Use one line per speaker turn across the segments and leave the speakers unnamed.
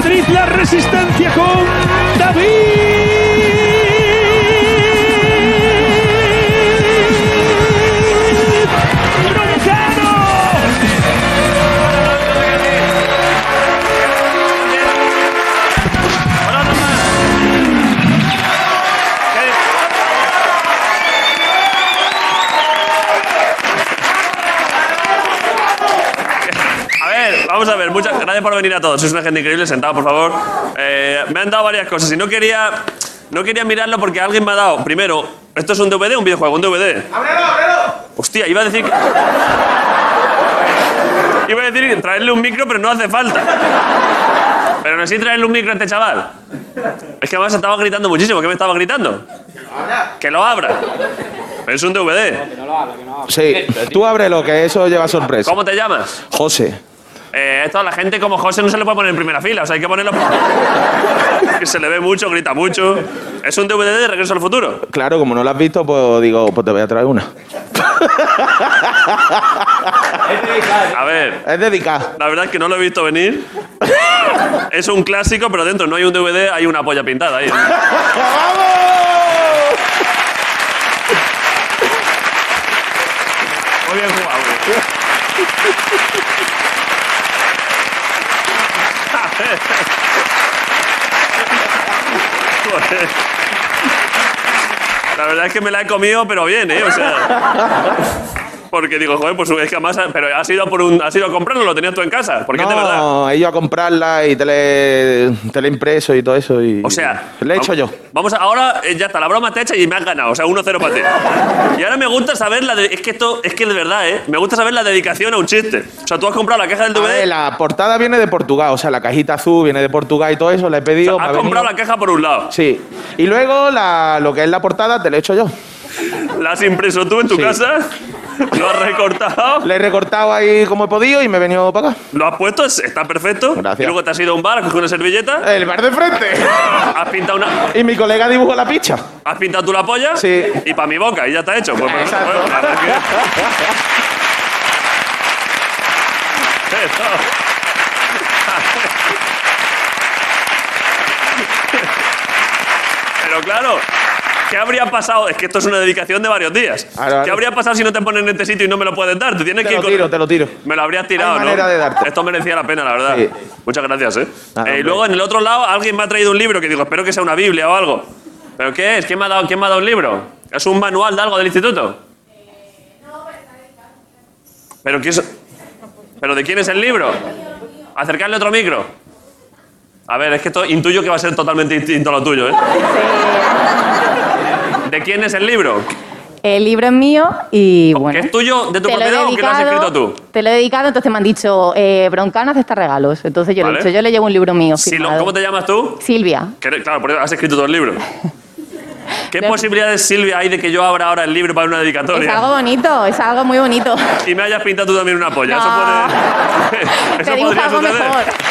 tripla resistencia con David.
A ver, vamos a ver, muchas gracias por venir a todos. Sois una gente increíble, sentado, por favor. Eh, me han dado varias cosas y no quería, no quería mirarlo porque alguien me ha dado. Primero, ¿esto es un DVD o un videojuego? Un DVD.
¡Ábrelo, ábrelo!
Hostia, iba a decir que... Iba a decir traerle un micro, pero no hace falta. Pero aún así traerle un micro a este chaval. Es que además estaba gritando muchísimo. ¿Qué me estaba gritando? Que lo abra. Es un DVD.
Sí, tú abre lo que eso lleva sorpresa.
Eh, ¿Cómo te llamas?
José.
Eh, esto a la gente como José no se le puede poner en primera fila, o sea, hay que ponerlo. que se le ve mucho, grita mucho. Es un DVD de Regreso al Futuro.
Claro, como no lo has visto, pues digo, pues te voy a traer una.
A ver,
Es dedicada.
la verdad es que no lo he visto venir. es un clásico, pero dentro no hay un DVD, hay una polla pintada ahí.
¡Vamos!
Muy bien jugado. güey. Joder. La verdad es que me la he comido, pero bien, ¿eh? O sea. Porque digo, joder, pues es que además. Pero has ido, a por un, has ido a comprarlo, lo tenías tú en casa. Porque es de verdad.
No, he ido a comprarla y te le, te le he impreso y todo eso. Y
O sea.
Le he hecho
vam-
yo.
Vamos a- ahora eh, ya está, la broma te hecha y me has ganado. O sea, 1-0 para ti. Y ahora me gusta saber la. de- es que esto. Es que de verdad, ¿eh? Me gusta saber la dedicación a un chiste. O sea, tú has comprado la caja del
A
DVD.
ver, Eh, la portada viene de Portugal, o sea, la cajita azul viene de Portugal y todo eso, la he
o sea,
pedido. me ha
has
venido.
comprado la caja por un lado.
Sí. Y luego la, lo que es la portada te la he hecho yo.
La has impreso tú en tu
Sí.
casa, lo has recortado,
Le he recortado ahí como he podido y me he venido para acá.
lo has puesto, es- está perfecto.
Gracias.
Y luego te has ido a un bar, has cogido una servilleta,
El bar de frente.
has pintado, una,
y mi colega dibujó la picha.
has pintado tú la polla
Sí.
y para mi boca, y ya está hecho. Pues, pues,
Exacto.
bueno, la verdad que- Pero claro, ¿qué habría pasado? Es que esto es una dedicación de varios días.
Claro, claro.
¿Qué habría pasado si no te ponen en este sitio y no me lo puedes dar? Te tienes
Te
que ir
lo
con-
tiro, te lo tiro.
Me lo habrías tirado,
Hay
¿no?
manera de darte.
Esto merecía la pena, la verdad.
Sí.
Muchas gracias, ¿eh?
Ah,
Eh, y
hombre.
luego, en el otro lado, alguien me ha traído un libro que digo, espero que sea una Biblia o algo. ¿Pero qué es? ¿Quién me ha dado, quién me ha dado un libro? ¿Es un manual de algo del instituto? ¿Pero quién es- ¿Pero de quién es el libro? Acercarle otro micro. A ver, es que esto intuyo que va a ser totalmente distinto a lo tuyo, ¿eh? ¿De quién es el libro?
El libro es mío y bueno.
¿Que es tuyo, de tu
te lo he
propiedad o que lo has
dedicado-
escrito tú?
Te lo he dedicado, entonces me han dicho, eh, Broncano hace estos regalos. Entonces yo le
Vale.
he dicho, yo le llevo un libro mío.
Si lo-
firmado.
¿Cómo te llamas tú?
Silvia.
Que eres- Claro, por eso has escrito todo el libro. ¿Qué
No.
posibilidades, Silvia, hay de que yo abra ahora el libro para una
Es
dedicatoria?
algo bonito, es algo muy bonito.
Y me hayas pintado tú también una polla.
No.
Eso puede.
te
eso
dibujo
podría
algo
suceder.
mejor.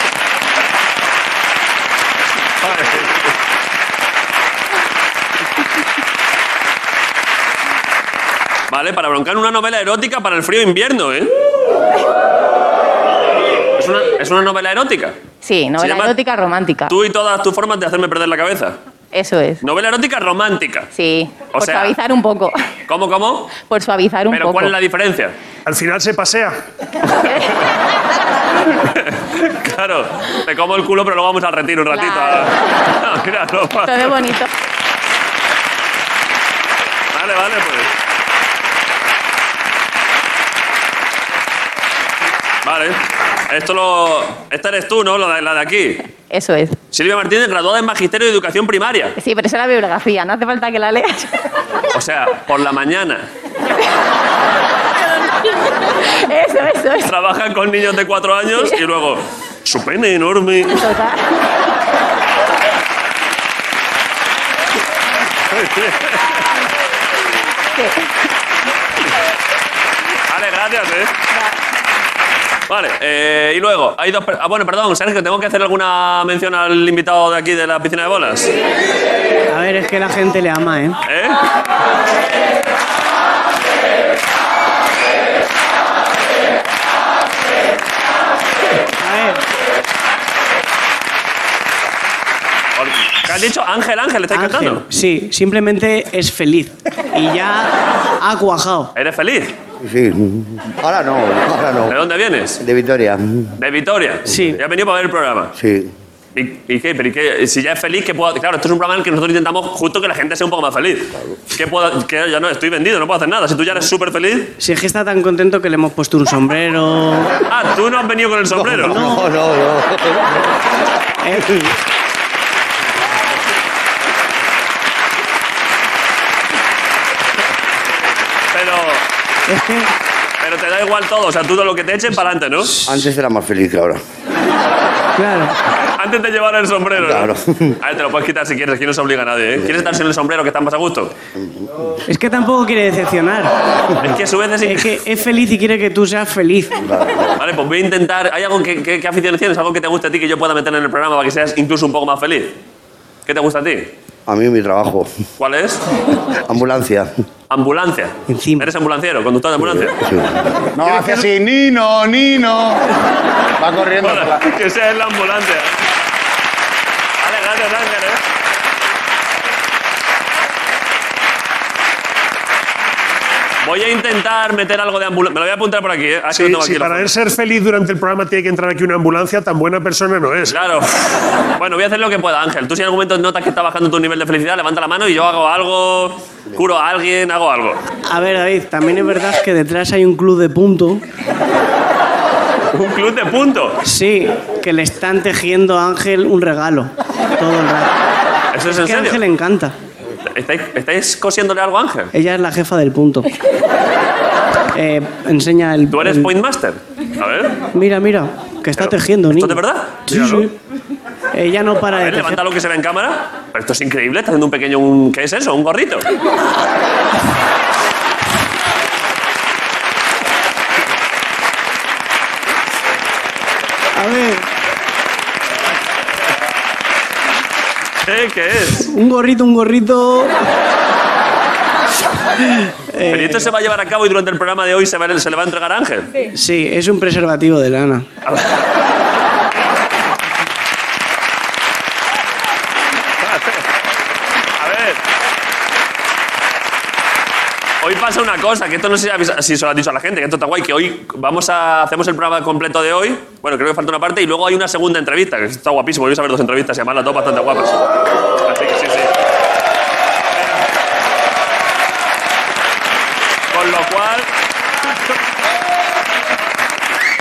Vale, para broncar una novela erótica para el frío invierno, ¿eh? Es una, es una novela erótica.
Sí, novela
llama
erótica romántica.
Tú y todas tus formas de hacerme perder la cabeza.
Eso es.
Novela erótica romántica.
Sí,
O
por
sea-
suavizar un poco.
¿Cómo, cómo?
Por suavizar un
Pero
poco.
¿cuál es la diferencia?
Al final se pasea.
Claro, te como el culo, pero luego vamos al retiro un ratito. Ah,
Claro.
Claro,
Todo es bonito.
Vale, vale, pues. Vale. Esto lo. Esta eres tú, ¿no? La de, la de aquí.
Eso es.
Silvia Martínez, graduada en Magisterio de Educación Primaria.
Sí, pero esa es la bibliografía, no hace falta que la leas.
O sea, por la mañana.
eso, eso, eso.
Trabaja con niños de cuatro años y luego. Su pene enorme.
Total.
Vale, gracias, ¿eh? Vale, eh, y luego, hay dos... per- Ah, bueno, perdón, Sergio, ¿tengo que hacer alguna mención al invitado de aquí de la piscina de bolas? ¿Eh?
A ver, es que la gente le ama, ¿eh? A ver.
has dicho Ángel, Ángel, ¿estáis
Ángel,
cantando?
sí, simplemente es feliz. Y ya ha cuajado.
¿Eres feliz?
Sí. Ahora no, ahora
¿De
no.
dónde vienes?
De Victoria.
De Vitoria.
Sí.
Ya has venido para ver el programa.
Sí.
¿Y, y qué? Pero ¿y qué? Si ya es feliz, ¿qué puedo hacer? Claro, esto es un programa en el que nosotros intentamos justo que la gente sea un poco más feliz. ¿Qué puedo que Ya no, estoy vendido, no puedo hacer nada. Si tú ya eres súper feliz.
Si es que está tan contento que le hemos puesto un sombrero.
Ah, tú no has venido con el sombrero.
No, no, no.
Eh,
Pero,
Es que
pero te da igual todo. O sea, tú todo lo que te echen para adelante, ¿no?
Antes era más feliz que ahora.
Claro.
Antes de llevar el sombrero. ¿no?
Claro.
A ver, te lo puedes quitar si quieres, aquí no se obliga a nadie. ¿eh? ¿Quieres estar sin el sombrero que estás más a gusto?
Es que tampoco quiere decepcionar.
Es que a su vez es
Es que es feliz y quiere que tú seas feliz.
Vale, pues voy a intentar. ¿Hay algo que, que, que aficiones tienes? ¿Algo que te guste a ti que yo pueda meter en el programa para que seas incluso un poco más feliz? ¿Qué te gusta a ti?
A mí mi trabajo.
¿Cuál es?
Ambulancia.
Ambulancia.
Encima.
¿Eres ambulanciero? ¿Conductor de ambulancia?
Sí.
No, hace así, Nino, Nino. Va corriendo. por
Hola,
la-
que sea en la ambulancia. Vale, gracias, Ángel, ¿eh? Voy a intentar meter algo de ambulancia. Me lo voy a apuntar por aquí, ¿eh? Ah, que
Sí,
lo tengo
si
aquí, lo-
para él ser feliz durante el programa tiene que entrar aquí una ambulancia, tan buena persona no es.
Claro. Bueno, voy a hacer lo que pueda, Ángel. Tú si en algún momento notas que está bajando tu nivel de felicidad, levanta la mano y yo hago algo, curo a alguien, hago algo.
A ver, David, también es verdad que detrás hay un club de punto.
Un club de punto.
Sí, que le están tejiendo a Ángel un regalo. Todo el rato.
¿Eso es
Es
en
que a
serio?
Ángel le encanta.
¿Estáis, estáis cosiéndole algo a Ángel?
Ella es la jefa del punto. Eh, enseña el.
¿Tú
Mm.
eres
el-
Pointmaster? A ver.
Mira, mira, que está
Pero,
tejiendo,
¿esto
niño.
de verdad?
Sí,
Míralo.
sí. Ella no para
A
de
ver,
tejer.
levanta lo que se ve en cámara. Pero esto es increíble, está haciendo un pequeño... un- ¿Qué es eso? ¿Un gorrito?
A ver,
¿Eh? ¿Qué es?
un gorrito, un gorrito.
Pero ¿y esto se va a llevar a cabo y durante el programa de hoy se, va- se le va a entregar a Ángel.
Sí, es un preservativo de lana.
A ver. Hoy pasa una cosa, que esto no sé si habéis- si se lo has dicho a la gente, que esto está guay, que hoy vamos a, hacemos el programa completo de hoy. Bueno, creo que falta una parte y luego hay una segunda entrevista, que está guapísimo. Voy a ver dos entrevistas y además las dos bastante guapas. Así que sí, sí. Con lo cual,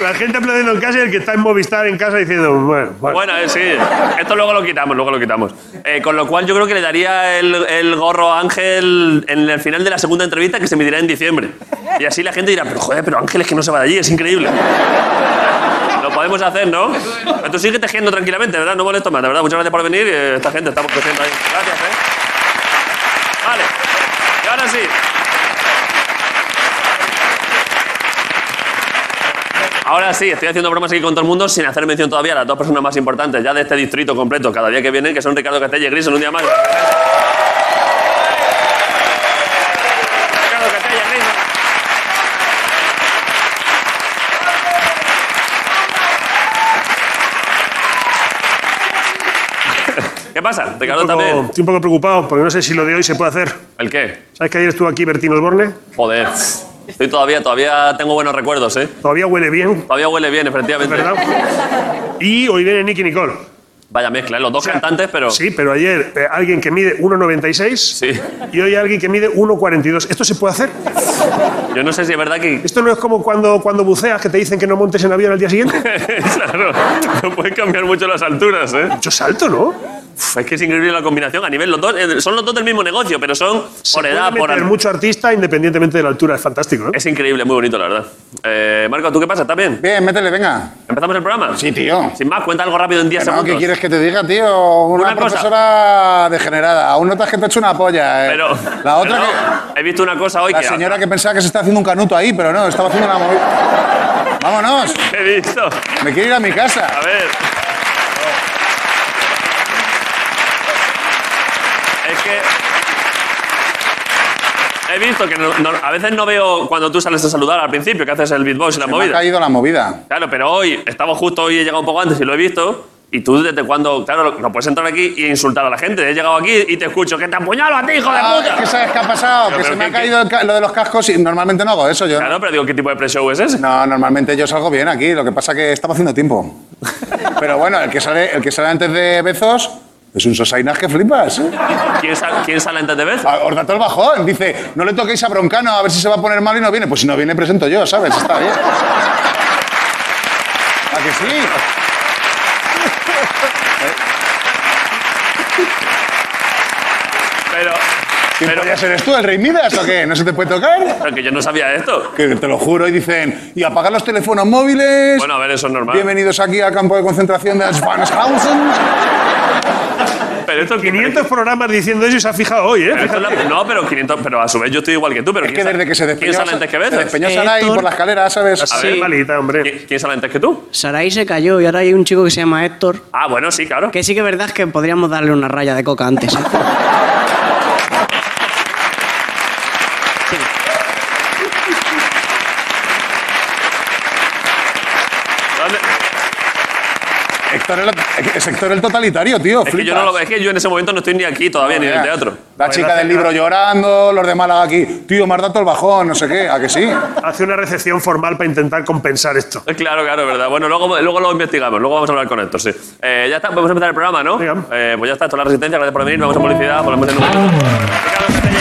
La gente aplaudiendo en casa y el que está en Movistar en casa diciendo, bueno, bueno.
bueno, eh, sí. Esto luego lo quitamos, luego lo quitamos. Eh, con lo cual yo creo que le daría el, el gorro a Ángel en el final de la segunda entrevista que se emitirá en diciembre. Y así la gente dirá, pero joder, pero Ángel es que no se va de allí, es increíble. Lo podemos hacer, ¿no? Pero tú sigue tejiendo tranquilamente, ¿verdad? No molesto más, de verdad. Muchas gracias por venir. eh, Esta gente estamos creciendo ahí. Gracias, ¿eh? Vale. Y ahora sí. Ahora sí, estoy haciendo bromas aquí con todo el mundo sin hacer mención todavía a las dos personas más importantes ya de este distrito completo cada día que vienen, que son Ricardo Castella y Gris en un día más. Ricardo Castella, Gris. ¿Qué pasa? Ricardo
Estoy un poco-
también.
estoy un poco preocupado porque no sé si lo de hoy se puede hacer.
¿El qué?
¿Sabes que ayer estuvo aquí Bertín Osborne?
Joder. Estoy todavía, todavía tengo buenos recuerdos, ¿eh?
Todavía huele bien,
Todavía huele bien, efectivamente.
¿verdad? Y hoy viene Nicky Nicole.
Vaya mezcla, ¿eh? los dos cantantes, pero.
Sí, pero ayer eh, alguien que mide 1,96
Sí.
y hoy alguien que mide 1,42. ¿Esto se puede hacer?
Yo no sé si es verdad que.
¿Esto no es como cuando, cuando buceas que te dicen que no montes en avión al día siguiente?
claro, no pueden cambiar mucho las alturas, ¿eh?
Mucho salto, ¿no?
Uf, es que es increíble la combinación. A nivel, los dos, eh, son los dos del mismo negocio, pero son
Se
por
puede
edad, por.
meter
al-
mucho artista independientemente de la altura. Es fantástico, ¿no?
Es increíble, muy bonito, la verdad. Eh, Marco, ¿tú qué pasa? ¿Estás bien?
Bien, métele, venga.
¿Empezamos el programa?
Sí, tío.
Sin más, cuenta algo rápido en 10
Que no, ¿Qué
segundos.
quieres que te diga, Ah, tío? Una,
Una cosa.
profesora degenerada. Aún notas que te ha hecho una polla. eh.
Pero.
La otra
pero
que.
no, He visto una cosa hoy
La
que.
señora que pensaba que se está haciendo un canuto ahí, pero no, estaba haciendo una movida. ¡Vámonos!
He visto.
Me quiero ir a mi casa.
A ver. Es que. He visto que no- no- a veces no veo cuando tú sales a saludar al principio, que haces el beatbox y la
Me ha
movida.
caído la movida.
Claro, pero hoy, estamos justo hoy, he llegado un poco antes y lo he visto. Y tú desde cuando, claro, no puedes entrar aquí e insultar a la gente. He llegado aquí y te escucho, que te apuñalo a ti, hijo de
Ah, es
puta.
que sabes qué ha pasado,
Pero,
que
pero
se me ha
¿qué- qué?
caído el ca- lo de los cascos y normalmente no hago eso yo.
Claro, pero digo, ¿qué tipo de pre-show es ese?
No, normalmente yo salgo bien aquí, lo que pasa que estaba haciendo tiempo. Pero bueno, el que sale, el que sale antes de Bezos es un sosainas que flipas. ¿eh?
¿Quién, sal- quién sale antes de vez?
A- Os da todo el bajón, dice, no le toquéis a Broncano a ver si se va a poner mal y no viene. Pues si no viene, presento yo, ¿sabes? Está bien. ¿A que sí?
Pero,
¿Quién
Pero-
podías eres tú, el Rey Midas o qué? ¿No se te puede tocar?
pero que yo no sabía esto.
Que te lo juro, y dicen, y apagar los teléfonos móviles.
Bueno, a ver, eso es normal.
Bienvenidos aquí al campo de concentración de Schwanshausen.
Pero esto
500 programas diciendo eso y se ha fijado hoy, ¿eh?
pero esto es la- no, pero 500, pero a su vez yo estoy igual que tú, pero
Es
¿quién,
que
sale-
desde que se
¿quién
despeñó,
sale antes que
se
Veces?
despeñó Sarai
Héctor.
por la escalera, ¿sabes?
A
Qué
ver.
malita, hombre.
¿Qui- ¿Quién sale antes que tú?
Sarai se cayó y ahora hay un chico que se llama Héctor.
Ah, bueno, sí, claro.
Que sí que es verdad es que podríamos darle una raya de coca antes. ¿eh?
¿Dónde-
Héctor el, es Héctor el totalitario, tío.
Es que yo no lo es que yo en ese momento no estoy ni aquí todavía, ni en el teatro.
Pues La chica del libro llorando, los de Málaga aquí. Tío, me has dado todo el bajón, no sé qué. ¿A que sí?
Hace una recepción formal para intentar compensar esto.
Eh, Claro, claro, es verdad. Bueno, luego, luego lo investigamos, luego vamos a hablar con Héctor, sí. Eh, ya está, podemos empezar el programa, ¿no?
Venga.
Eh, pues ya está, toda la resistencia, gracias por venir, vamos a publicidad, volvemos en un momento. Ricardo Castellet.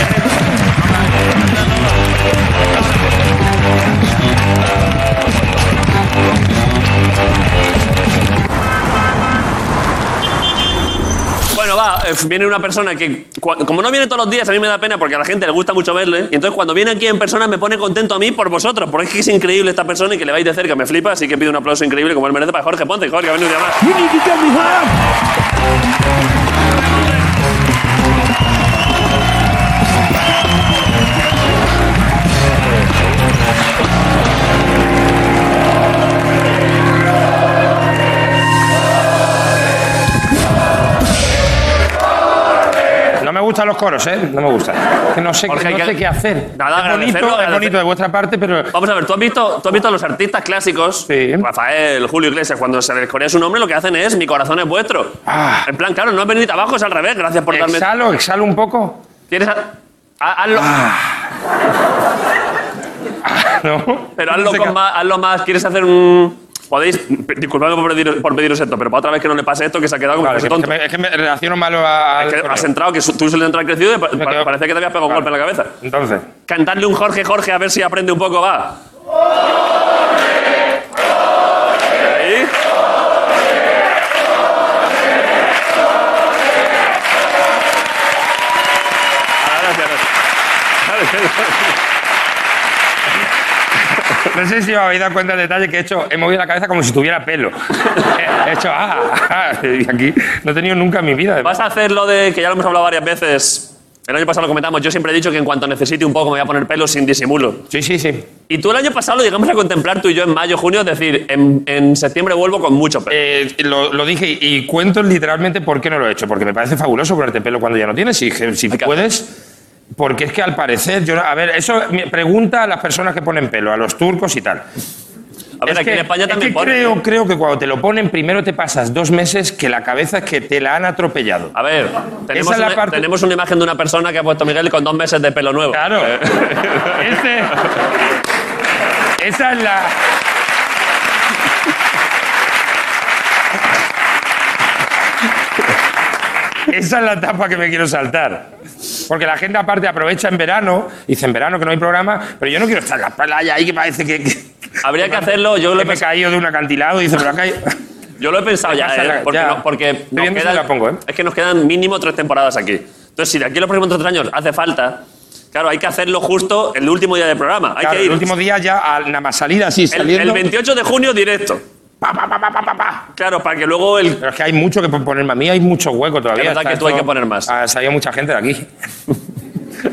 Bueno, va, eh, viene una persona que, cua- como no viene todos los días, a mí me da pena porque a la gente le gusta mucho verle. Y entonces cuando viene aquí en persona me pone contento a mí por vosotros, porque es que es increíble esta persona y que le vais de cerca, me flipa, así que pido un aplauso increíble como él merece para Jorge Ponce. Jorge, ha venido un día más.
No me gustan los coros, ¿eh? No me gustan. Que no sé,
Jorge,
no
hay que-
sé qué hacer.
Nada,
es bonito,
agradecerlo,
es bonito
agradecer-
de vuestra parte, pero
Vamos a ver, ¿tú has visto, tú has visto a los artistas clásicos,
Sí.
Rafael, Julio Iglesias, cuando se les corea su nombre, lo que hacen es mi corazón es vuestro.
Ah.
En plan, claro, no es venir abajo, es al revés, gracias por darme.
exhalo, exhalo un poco.
¿Quieres ha- ha- hazlo,
¿No?
pero
No
hazlo,
sé
con
qué-
más, hazlo más. ¿Quieres hacer un.? Podéis. Disculpadme por pediros, por pediros esto, pero para otra vez que no le pase esto, que se ha quedado como
Vale, es,
un
que,
tonto.
me, es que me relaciono malo a... al
Es que
correo.
has entrado, que su- tú sueles entrar crecido y pa-
Me
pa-
quedo-
parece que te habías pegado un golpe en la cabeza.
Entonces,
Cantarle un Jorge Jorge a ver si aprende un poco, va. Ahí. Ah, gracias, gracias.
no sé si os habéis dado cuenta del detalle que he hecho, he movido la cabeza como si tuviera pelo. he he hecho, ah, ah, y aquí no he tenido nunca en mi vida.
Vas a hacer lo de que ya lo hemos hablado varias veces. El año pasado lo comentamos. Yo siempre he dicho que en cuanto necesite un poco me voy a poner pelo sin disimulo.
Sí, sí, sí.
Y tú el año pasado lo llegamos a contemplar tú y yo en mayo, junio, es decir, en, en septiembre vuelvo con mucho pelo.
Eh, lo, lo dije y, y cuento literalmente por qué no lo he hecho. Porque me parece fabuloso ponerte pelo cuando ya no tienes. Si, si
Hay que-
puedes. Porque es que al parecer, yo, no- a ver, eso me pregunta a las personas que ponen pelo, a los turcos y tal.
A ver,
Es
aquí
que-
en España
es
también
que
pone.
creo, creo que cuando te lo ponen, primero te pasas dos meses que la cabeza es que te la han atropellado.
A ver, tenemos,
es la
una,
parte-
tenemos una imagen de una persona que ha puesto Miguel con dos meses de pelo nuevo.
Claro. Este- esa es la. Esa es la etapa que me quiero saltar. Porque la gente aparte aprovecha en verano, dice en verano que no hay programa, pero yo no quiero estar en la playa ahí que parece que... que-
Habría que hacerlo, yo lo he
que me he
pensado-
caído de un acantilado y dice, pero acá hay...
Yo lo he pensado ya,
pasa
¿eh?
la-
porque,
ya.
no- porque
Estoy viendo si la pongo, ¿eh?
es que nos quedan mínimo tres temporadas aquí. Entonces, si de aquí a los próximos tres años hace falta, claro, hay que hacerlo justo el último día del programa. Hay
Claro,
que ir
el último día ya, a nada más salida así,
el, el
saliendo...
28 de junio directo.
pa, pa, pa, pa, pa, pa, pa.
Claro, para que luego el...
Pero es que hay mucho que poner más. A mí hay mucho hueco todavía.
Es verdad
Está Ah,
que tú hay que poner más.
Ha salido mucha gente de aquí.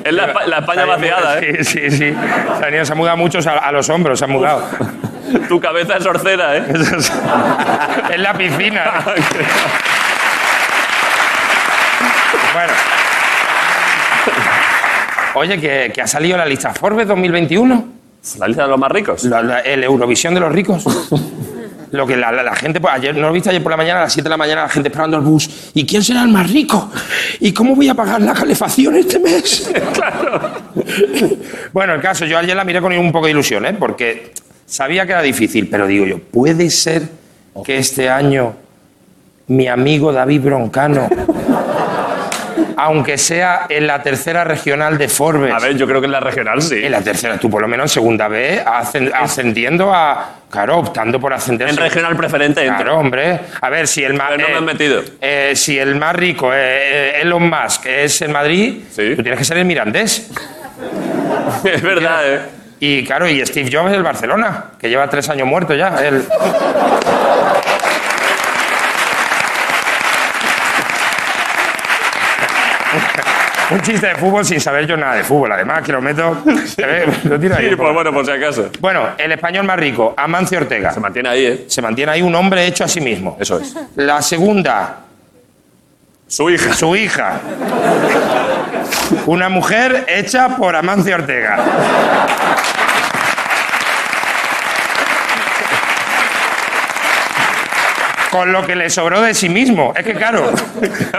es la, la
Está
España
bien,
vaciada, ¿eh?
Sí, sí, sí. Se han, ido- se han mudado muchos a, a los hombros, se han mudado.
Tu cabeza es horcera, ¿eh?
Eso es, es la piscina. Bueno. Oye, que, que ha salido la lista Forbes 2021,
la lista de los más ricos.
La- la- el Eurovisión de los ricos.
Lo que la, la- la gente, pues, ayer, ¿no lo viste ayer por la mañana? A las 7 de la mañana la gente esperando el bus. ¿Y quién será el más rico? ¿Y cómo voy a pagar la calefacción este mes? claro. bueno, el caso, yo ayer la miré con un poco de ilusión, ¿eh? Porque sabía que era difícil, pero digo yo, ¿puede ser que este año mi amigo David Broncano, aunque sea en la tercera regional de Forbes,
A ver, yo creo que en la regional sí.
en la tercera, tú por lo menos en segunda vez, ascen- ascendiendo a. Claro, optando por ascender.
En regional preferente entro.
Claro, hombre. A ver, si el más.
Pero no me han metido.
eh, si el más rico, eh, eh, Elon Musk, es en Madrid,
Sí.
tú tienes que ser el Mirandés.
Es verdad, ¿eh?
Y claro, y Steve Jobs es el Barcelona, que lleva tres años muerto ya. él. Un chiste de fútbol sin saber yo nada de fútbol, además, que lo meto. ¿eh? Lo tiro ahí.
Sí, pues bueno, por si acaso.
Bueno, el español más rico, Amancio Ortega.
Se mantiene ahí, ¿eh?
Se mantiene ahí un hombre hecho a sí mismo.
Eso es.
La segunda,
Su hija.
su hija. Una mujer hecha por Amancio Ortega. Con lo que le sobró de sí mismo. Es que claro,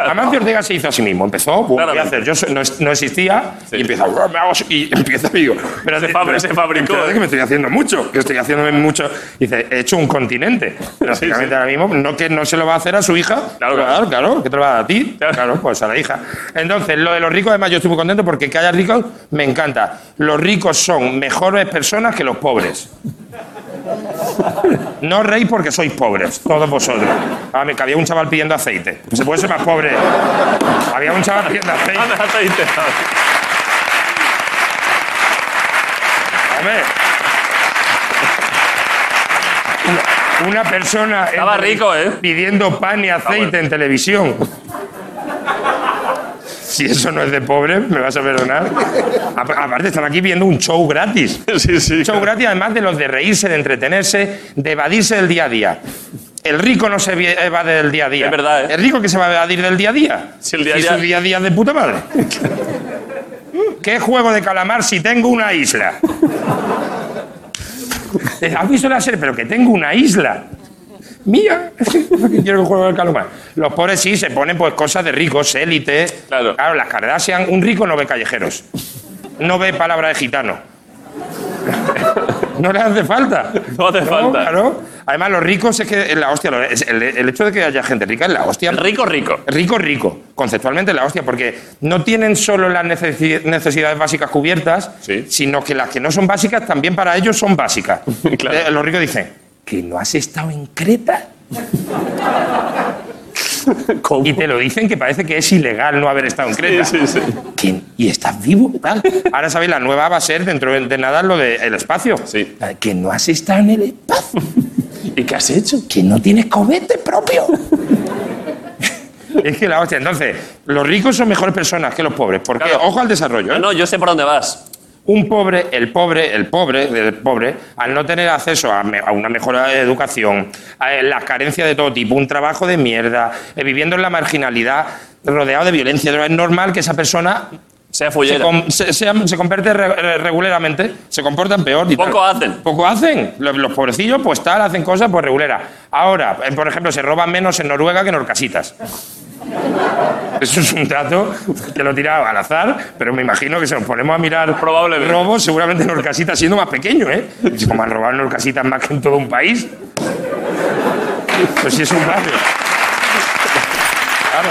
Amancio Ortega se hizo a sí mismo. Empezó, "Buah, voy a
Claramente.
hacer. Yo soy- no, es- no existía
Sí.
y empieza, "Buah, me hago so-", y empieza y digo, espérate,
Se fabri- se
espérate,
fabricó,
espérate
¿eh?
que me estoy haciendo mucho, que estoy haciéndome mucho. Dice, he hecho un continente. Prácticamente ahora mismo, no que no se lo va a hacer a su hija,
Claro,
claro,
claro.
claro, que te lo va a dar a ti.
Claro.
Claro. pues a la hija. Entonces, lo de los ricos, además, yo estoy muy contento porque que haya ricos me encanta. Los ricos son mejores personas que los pobres. No os reís porque sois pobres, todos vosotros. Ah, me que había un chaval pidiendo aceite. Se puede ser más pobre. Había un chaval pidiendo aceite.
Ah, me has aceitado.
Hombre. Una- Una persona en
Estaba
tele-
rico, ¿eh?
pidiendo pan y aceite
bueno.
en televisión. Si eso no es de pobre, me vas a perdonar. A- Aparte, están aquí viendo un show gratis.
Sí, sí.
Un show gratis, además de los de reírse, de entretenerse, de evadirse del día a día. El rico no se vi- evade del día a día.
Es verdad, ¿eh?
El rico que se va a evadir del día a día.
Si el día a
Si
día-
su día a día es de puta madre. ¿Qué juego de calamar si tengo una isla? Eh, ¿Has visto la serie? Pero que tengo una isla. Mía. Quiero que juegue al calamar. Los pobres sí se ponen pues cosas de ricos, élite.
Claro.
Claro, las Kardashian. Un rico no ve callejeros. No ve palabra de gitano. No le hace falta.
No hace falta.
Claro. Además, los ricos es que es la hostia. lo- es- El, el hecho de que haya gente rica es la hostia.
El rico, rico.
Rico, rico. Conceptualmente la hostia, porque no tienen solo las necesi- necesidades básicas cubiertas,
Sí.
sino que las que no son básicas también para ellos son básicas.
Claro.
Eh, los ricos dicen, ¿que no has estado en Creta?
¿Cómo?
Y te lo dicen que parece que es ilegal no haber estado en Creta.
Sí, sí, sí.
¿Que- ¿Y estás vivo? Tal. Ahora sabéis, la nueva va a ser dentro de nada lo del espacio.
Sí.
Ah, Que no has estado en el espacio.
¿Y qué has hecho?
que no tienes cobete propio. es que la hostia, entonces, los ricos son mejores personas que los pobres, porque
Claro.
ojo al desarrollo.
No,
¿eh?
no, yo sé por dónde vas.
Un pobre, el pobre, el pobre, el pobre, al no tener acceso a, me- a una mejor educación, a eh, las carencias de todo tipo, un trabajo de mierda, eh, viviendo en la marginalidad, rodeado de violencia, es normal que esa persona
Sea
se,
fullera.
com- se, se- se convierte re- re- regularmente, se comportan peor. y
Poco
tal.
hacen.
Poco hacen. Los, los pobrecillos, pues tal, hacen cosas pues reguleras. Ahora, eh, por ejemplo, se roban menos en Noruega que en Orcasitas. Eso es un dato que lo tiraba al azar, pero me imagino que si nos ponemos a mirar
Probablemente.
robos, seguramente en Orcasitas siendo más pequeño, ¿eh? Como han robado en Orcasitas más que en todo un país. Pues sí es un barrio. Claro.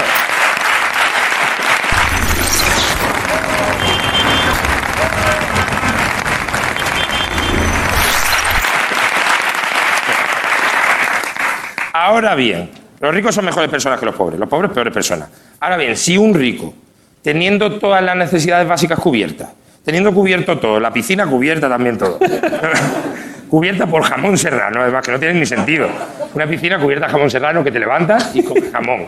Ahora bien, los ricos son mejores personas que los pobres, los pobres peores personas. Ahora bien, si un rico, teniendo todas las necesidades básicas cubiertas, teniendo cubierto todo, la piscina cubierta también todo, cubierta por jamón serrano, además que no tiene ni sentido, una piscina cubierta de jamón serrano que te levantas y con jamón,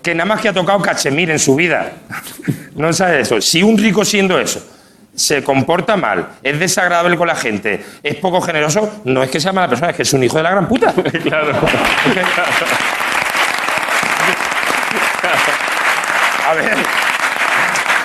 que nada más que ha tocado cachemir en su vida, no sabes eso. Si un rico siendo eso se comporta mal, es desagradable con la gente, es poco generoso, no es que sea mala persona, es que es un hijo de la gran puta.
Claro.
A ver.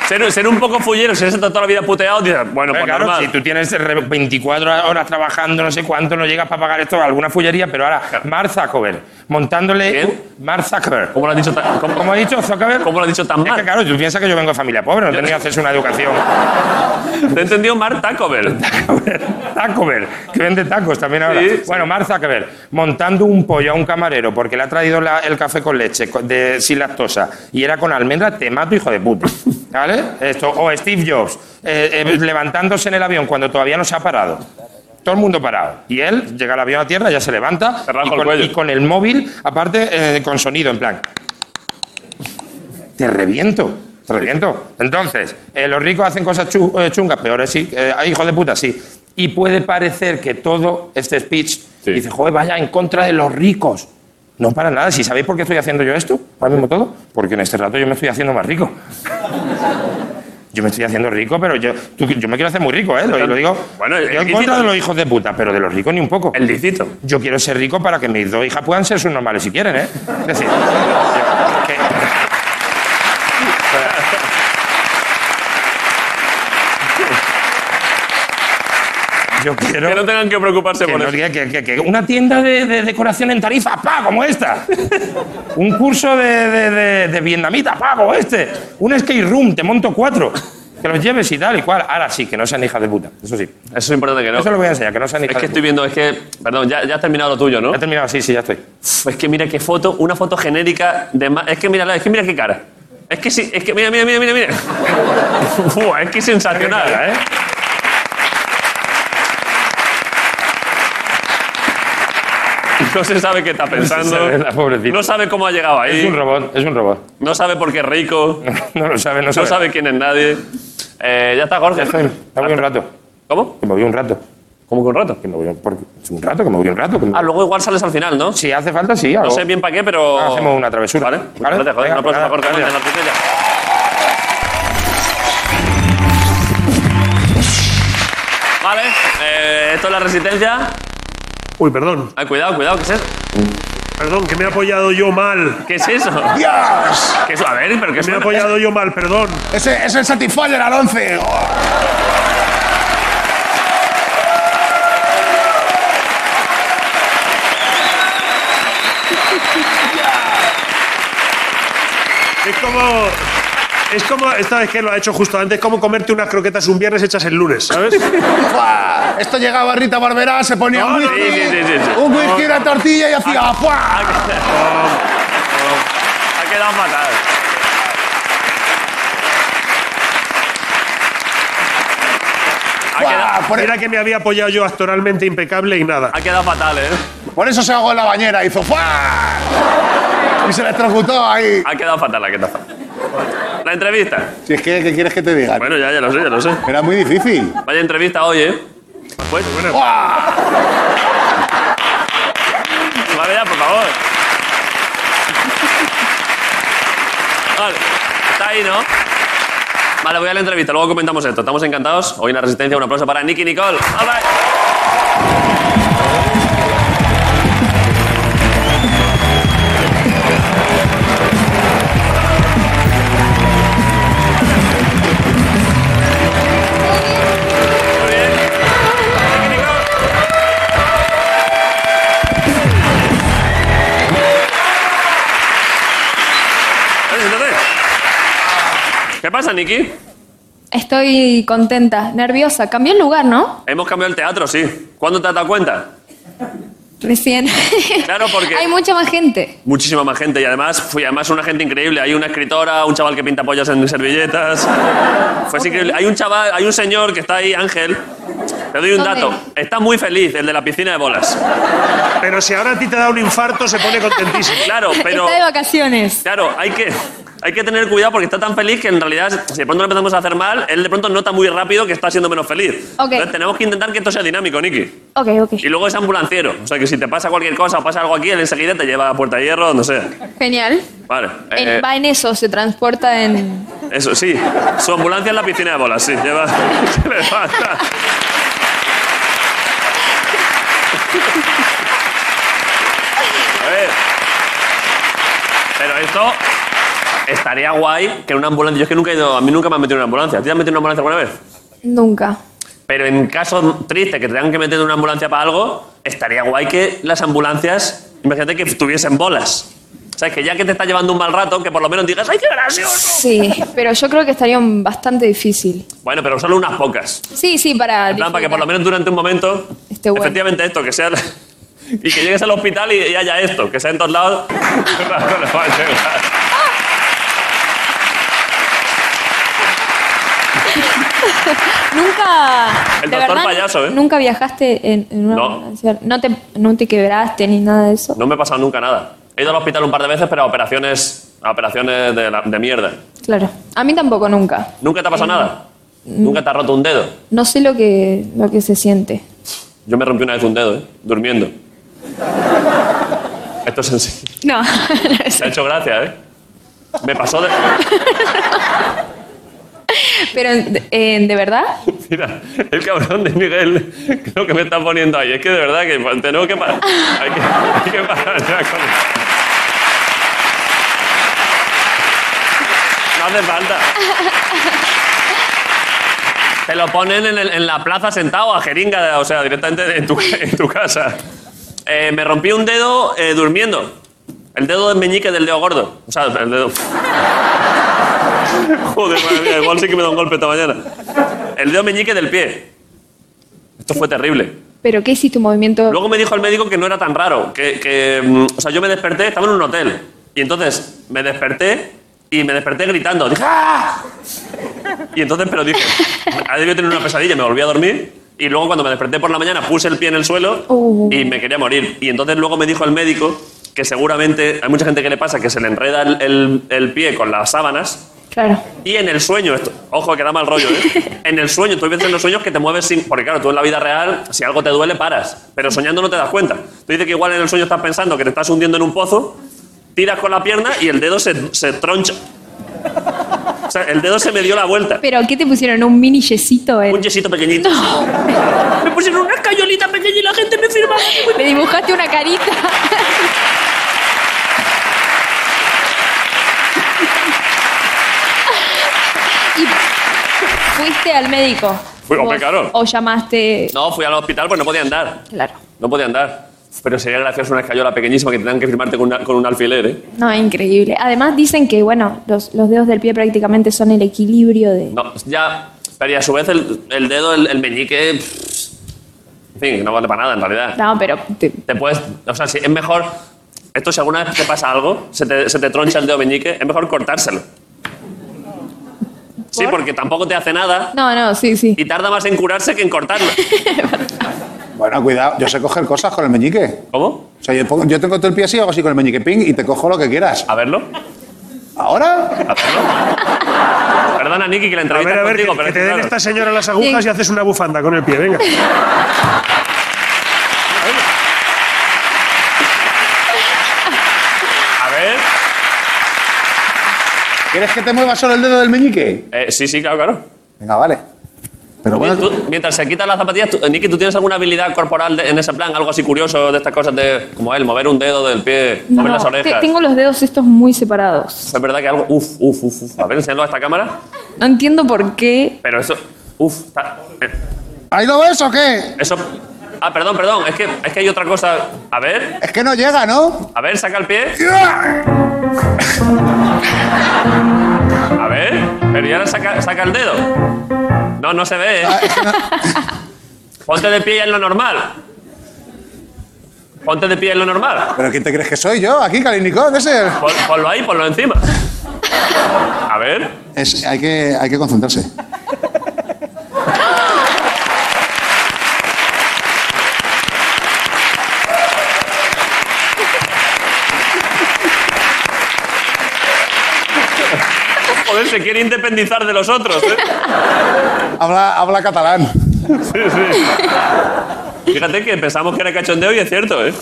Ser, ser un poco fullero, si has estado toda la vida puteado, dices, bueno,
Eh,
pues
claro,
normal.
si tú tienes re- 24 horas trabajando, no sé cuánto, no llegas para pagar esto, alguna fullería, pero ahora, Mark Zuckerberg, montándole...
¿Quién?
Mark Zuckerberg.
¿Cómo lo has dicho tan, cómo-
Como ha dicho Zuckerberg...
cómo lo has dicho tan
Es que
mal?
claro, tú piensas que yo vengo de familia pobre, no he tenido acceso a una educación.
Te he entendido Mark Tacobel.
Taco Bell, que vende tacos también ahora.
Sí, sí.
bueno, Marza que ver, montando un pollo a un camarero porque le ha traído la- el café con leche co- de, sin lactosa y era con almendra, te mato, hijo de puta. ¿Vale? Esto, o Steve Jobs, eh, eh, levantándose en el avión cuando todavía no se ha parado. Todo el mundo parado. Y él llega al avión a tierra, ya se levanta.
Cerrado
y,
con el
con,
cuello.
y con el móvil, aparte, eh, con sonido, en plan. Te reviento. Te reviento. Entonces, eh, los ricos hacen cosas chu- eh, chungas, peores, sí. Eh, ay, hijos de puta, sí. Y puede parecer que todo este speech dice, joder, vaya en contra de los ricos. No para nada. Si sabéis por qué estoy haciendo yo esto, ahora mismo todo, porque en este rato yo me estoy haciendo más rico. Yo me estoy haciendo rico, pero yo, tú- yo me quiero hacer muy rico, ¿eh? Lo, lo digo.
Bueno,
yo en
y-
contra de los hijos de puta, pero de los ricos ni un poco
El licito.
yo quiero ser rico para que mis dos hijas puedan ser sus normales si quieren, ¿eh? Es decir, yo- que- Yo quiero
Que no tengan que preocuparse
que
por
no
eso.
diga que- que- que una tienda de, de decoración en tarifa, pa, como esta. Un curso de, de- de- de vietnamita, pa, como este. Un skate room, te monto cuatro. Que los lleves y tal y cual. Ahora sí, que no sean hijas de puta. Eso sí.
Eso es importante que no.
Eso lo voy a enseñar, que no sean
Es
hijas
que
de puta.
estoy viendo, es que. Perdón, ya, ya has terminado lo tuyo, ¿no? Pues
Ya he terminado, sí, sí, ya estoy.
Es que mira qué foto, una foto genérica de. ma- Es que mira, es que mira qué cara. Es que sí, es que mira, mira, mira, mira, mira. Buah, es que sensacional, ¿eh? No se sabe qué está pensando.
sabe, la pobrecita.
No sabe cómo ha llegado
Es un
ahí.
robot, es un robot.
No sabe por qué es rico.
No lo sabe, no
No
sabe.
sabe quién es nadie. Eh, ya está, Jorge.
Estoy- Me voy un rato.
¿Cómo?
Que me voy un rato.
¿Cómo que un rato?
Que me voy un, porque- un rato, que me voy un rato. que me-
Ah, luego igual sales al final, ¿no?
Si hace falta, sí. Hago.
No sé bien para qué, pero.
Ah, hacemos una travesura.
Vale,
Vale,
Gracias, joder.
venga,
un aplauso para
pues
Jorge
nada,
Montes, la tutela. Vale, eh, esto es la resistencia.
Uy, perdón.
Ay, cuidado, cuidado, ¿qué es eso?
Perdón, que me he apoyado yo mal.
¿Qué es eso?
¡Dios!
¿Qué es eso? A ver, pero ¿qué
Que
es
me he
una-
apoyado yo mal, perdón.
Ese es el Satisfyer al 11. Oh,
Es como. Es como, esta vez que lo ha hecho justo antes, es como comerte unas croquetas un viernes hechas el lunes, ¿sabes?
¡fua! Esto llegaba a Rita Barberá, se ponía
No,
un
no,
whisky,
sí, sí, sí, sí. Ah,
un whisky, una tortilla y hacía ¡fua!
Ha quedado ha quedado fatal. Ha quedado,
¡Fua! Por, e-
Mira que me había apoyado yo actoralmente impecable y nada.
ha quedado fatal, ¿eh?
por eso se ahogó en la bañera, hizo ¡fua! Y se electrocutó ahí.
Ha quedado fatal, ha quedado fatal. La entrevista.
Si es que, ¿qué quieres que te diga?
Bueno, ya, ya lo sé, ya lo sé.
Era muy difícil.
Vaya entrevista hoy, ¿eh? Pues,
¡Fua!
vale ya, por favor. Vale, está ahí, ¿no? Vale, voy a la entrevista, luego comentamos esto. Estamos encantados. Hoy en La Resistencia, un aplauso para Nicky Nicole. All right. Muy bien. Nicky Nicole. Oye, siéntate. ¿Qué pasa, Nicky?
Estoy contenta, nerviosa. Cambió el lugar, ¿no?
Hemos cambiado el teatro, sí. ¿Cuándo te has dado cuenta?
Recién.
Claro, porque-
Hay mucha más gente.
Muchísima más gente y además fui además una gente increíble. Hay una escritora, un chaval que pinta pollas en servilletas. Fue así increíble. Hay un chaval, hay un señor que está ahí, Ángel. Te doy un
¿Dónde?
dato. Está muy feliz, el de la piscina de bolas.
Pero si ahora a ti te da un infarto, se pone contentísimo.
Claro, pero
Está de vacaciones.
claro, hay que hay que tener cuidado porque está tan feliz que en realidad si de pronto lo empezamos a hacer mal, él de pronto nota muy rápido que está siendo menos feliz.
Ok.
Entonces tenemos que intentar que esto sea dinámico, Nicky.
Ok, ok.
Y luego es ambulanciero. O sea que si te pasa cualquier cosa o pasa algo aquí, él enseguida te lleva a Puerta de Hierro, no sé.
Genial.
Vale.
En-
eh,
va en eso, se transporta en.
eso, sí. Su ambulancia es la piscina de bolas, sí. Lleva. se levanta. A ver. Pero esto. estaría guay que en una ambulancia. Yo es que nunca he ido. A mí nunca me han metido en una ambulancia. ¿A ti te han metido en una ambulancia alguna vez?
Nunca.
Pero en caso triste que te tengan que meter en una ambulancia para algo, estaría guay que las ambulancias, imagínate que tuviesen bolas. O sea, que ya que te está llevando un mal rato, que por lo menos digas, ¡ay, qué gracioso!
Sí, pero yo creo que estaría bastante difícil.
Bueno, pero solo unas pocas.
Sí, sí, para.
En plan, para que por lo
disfrutar.
menos durante un momento,
Esté Este bueno.
efectivamente esto, que sea... Y que llegues al hospital y, y haya esto, que sea en todos lados.
Nunca.
El
de
doctor
verdad,
payaso, ¿eh?
Nunca viajaste en, en una
No.
ambulancia. No te, no te quebraste ni nada de eso.
no me ha pasado nunca nada. He ido al hospital un par de veces, pero a operaciones, a operaciones de, la- de mierda.
Claro. A mí tampoco, nunca. Eh,
¿Nunca te ha pasado nada? ¿Nunca te ha roto un dedo?
No sé lo que, lo que se siente.
Yo me rompí una vez un dedo, ¿eh? Durmiendo. Esto es en serio.
No.
Te ha hecho gracia, ¿eh? Me pasó de...
pero, eh, ¿de verdad?
Mira, el cabrón de Miguel, creo que me está poniendo ahí. Es que de verdad que tenemos que parar. Hay que, hay que parar ya con esto. No hace falta. Te lo ponen en, el- en la plaza sentado a jeringa, o sea, directamente en tu, en tu casa. Eh, me rompí un dedo eh, durmiendo. El dedo del meñique del dedo gordo. O sea, el dedo. Joder, madre mía, igual sí que me da un golpe esta mañana. El dedo meñique del pie. Esto fue terrible.
¿Pero qué hiciste? ¿Un movimiento?
Luego me dijo el médico que no era tan raro, que, que, mm, o sea, yo me desperté, estaba en un hotel, y entonces me desperté y me desperté gritando, dije, ¡ah! Y entonces, pero dije, ha debido tener una pesadilla, me volví a dormir, y luego cuando me desperté por la mañana puse el pie en el suelo
Uh.
y me quería morir. Y entonces luego me dijo el médico que seguramente hay mucha gente que le pasa que se le enreda el- el- el pie con las sábanas
Claro.
y en el sueño, esto, ojo que da mal rollo, ¿eh? En el sueño, tú hay veces en los sueños que te mueves sin. Porque claro, tú en la vida real, si algo te duele, paras. Pero soñando no te das cuenta. Tú dices que igual en el sueño estás pensando que te estás hundiendo en un pozo, tiras con la pierna y el dedo se, se troncha. O sea, el dedo se me dio la vuelta.
¿Pero qué te pusieron? ¿Un mini yesito? eh? en-
Un yesito pequeñito. Me pusieron una cayolita pequeña y la gente me firmaba.
Me dibujaste una carita. y fuiste al médico.
Fui, hombre,
Vos-
claro.
O llamaste.
No, fui al hospital pues no podía andar.
Claro.
No podía andar. Pero sería gracioso una escayola pequeñísima que te tengan que firmarte con, una- con un alfiler, ¿eh?
No, increíble. Además dicen que, bueno, los, los dedos del pie prácticamente son el equilibrio de...
No, ya. Pero y a su vez el, el dedo, el, el meñique. pff, en fin, no vale para nada en realidad.
No, pero... te-
Te puedes. O sea, si es mejor. Esto, si alguna vez te pasa algo, se te, se te troncha el dedo meñique, es mejor cortárselo. Sí, porque tampoco te hace nada
No, no, sí, sí.
y tarda más en curarse que en cortarlo.
Bueno, cuidado, yo sé coger cosas con el meñique.
¿Cómo?
O sea, yo, pongo- yo tengo todo el pie así, hago así con el meñique ping y te cojo lo que quieras.
A verlo.
¿Ahora?
Perdona, Nicky, que la
A
entrevista
ver, a ver,
contigo,
que,
pero
que te
es que,
den
claro,
esta señora las agujas y
Sí.
haces una bufanda con el pie, venga.
A ver.
¿Quieres que te mueva solo el dedo del meñique?
Eh, sí, sí, claro, claro.
Venga, vale. Pero bueno,
Tú- mientras se quitan las zapatillas, tú, eh, Nicky, ¿tú tienes alguna habilidad corporal de- en ese plan? Algo así curioso de estas cosas de, como él, mover un dedo del pie, mover
No,
las orejas.
te- tengo los dedos estos muy separados.
Es verdad que algo, uf, uf, uf, uf. A ver, enséñalo a esta cámara.
No entiendo por qué...
Pero eso, uf, está- eh,
¿ahí lo ves o qué?
eso... Ah, perdón, perdón, es que, es que hay otra cosa. A ver,
Es que no llega, ¿no?
a ver, saca el pie. A ver, pero ya saca, saca el dedo. No, no se ve, ¿eh?
Ah,
Ponte de pie en lo normal. Ponte de pie en lo normal.
¿Pero quién te crees que soy yo? Aquí, Kalinikov, ese.
Pon- ponlo ahí, ponlo encima. A ver.
Es, hay, que, hay que concentrarse.
Joder, se quiere independizar de los otros, ¿eh?
Habla, habla catalán.
Fíjate que pensamos que era cachondeo y es cierto, ¿eh?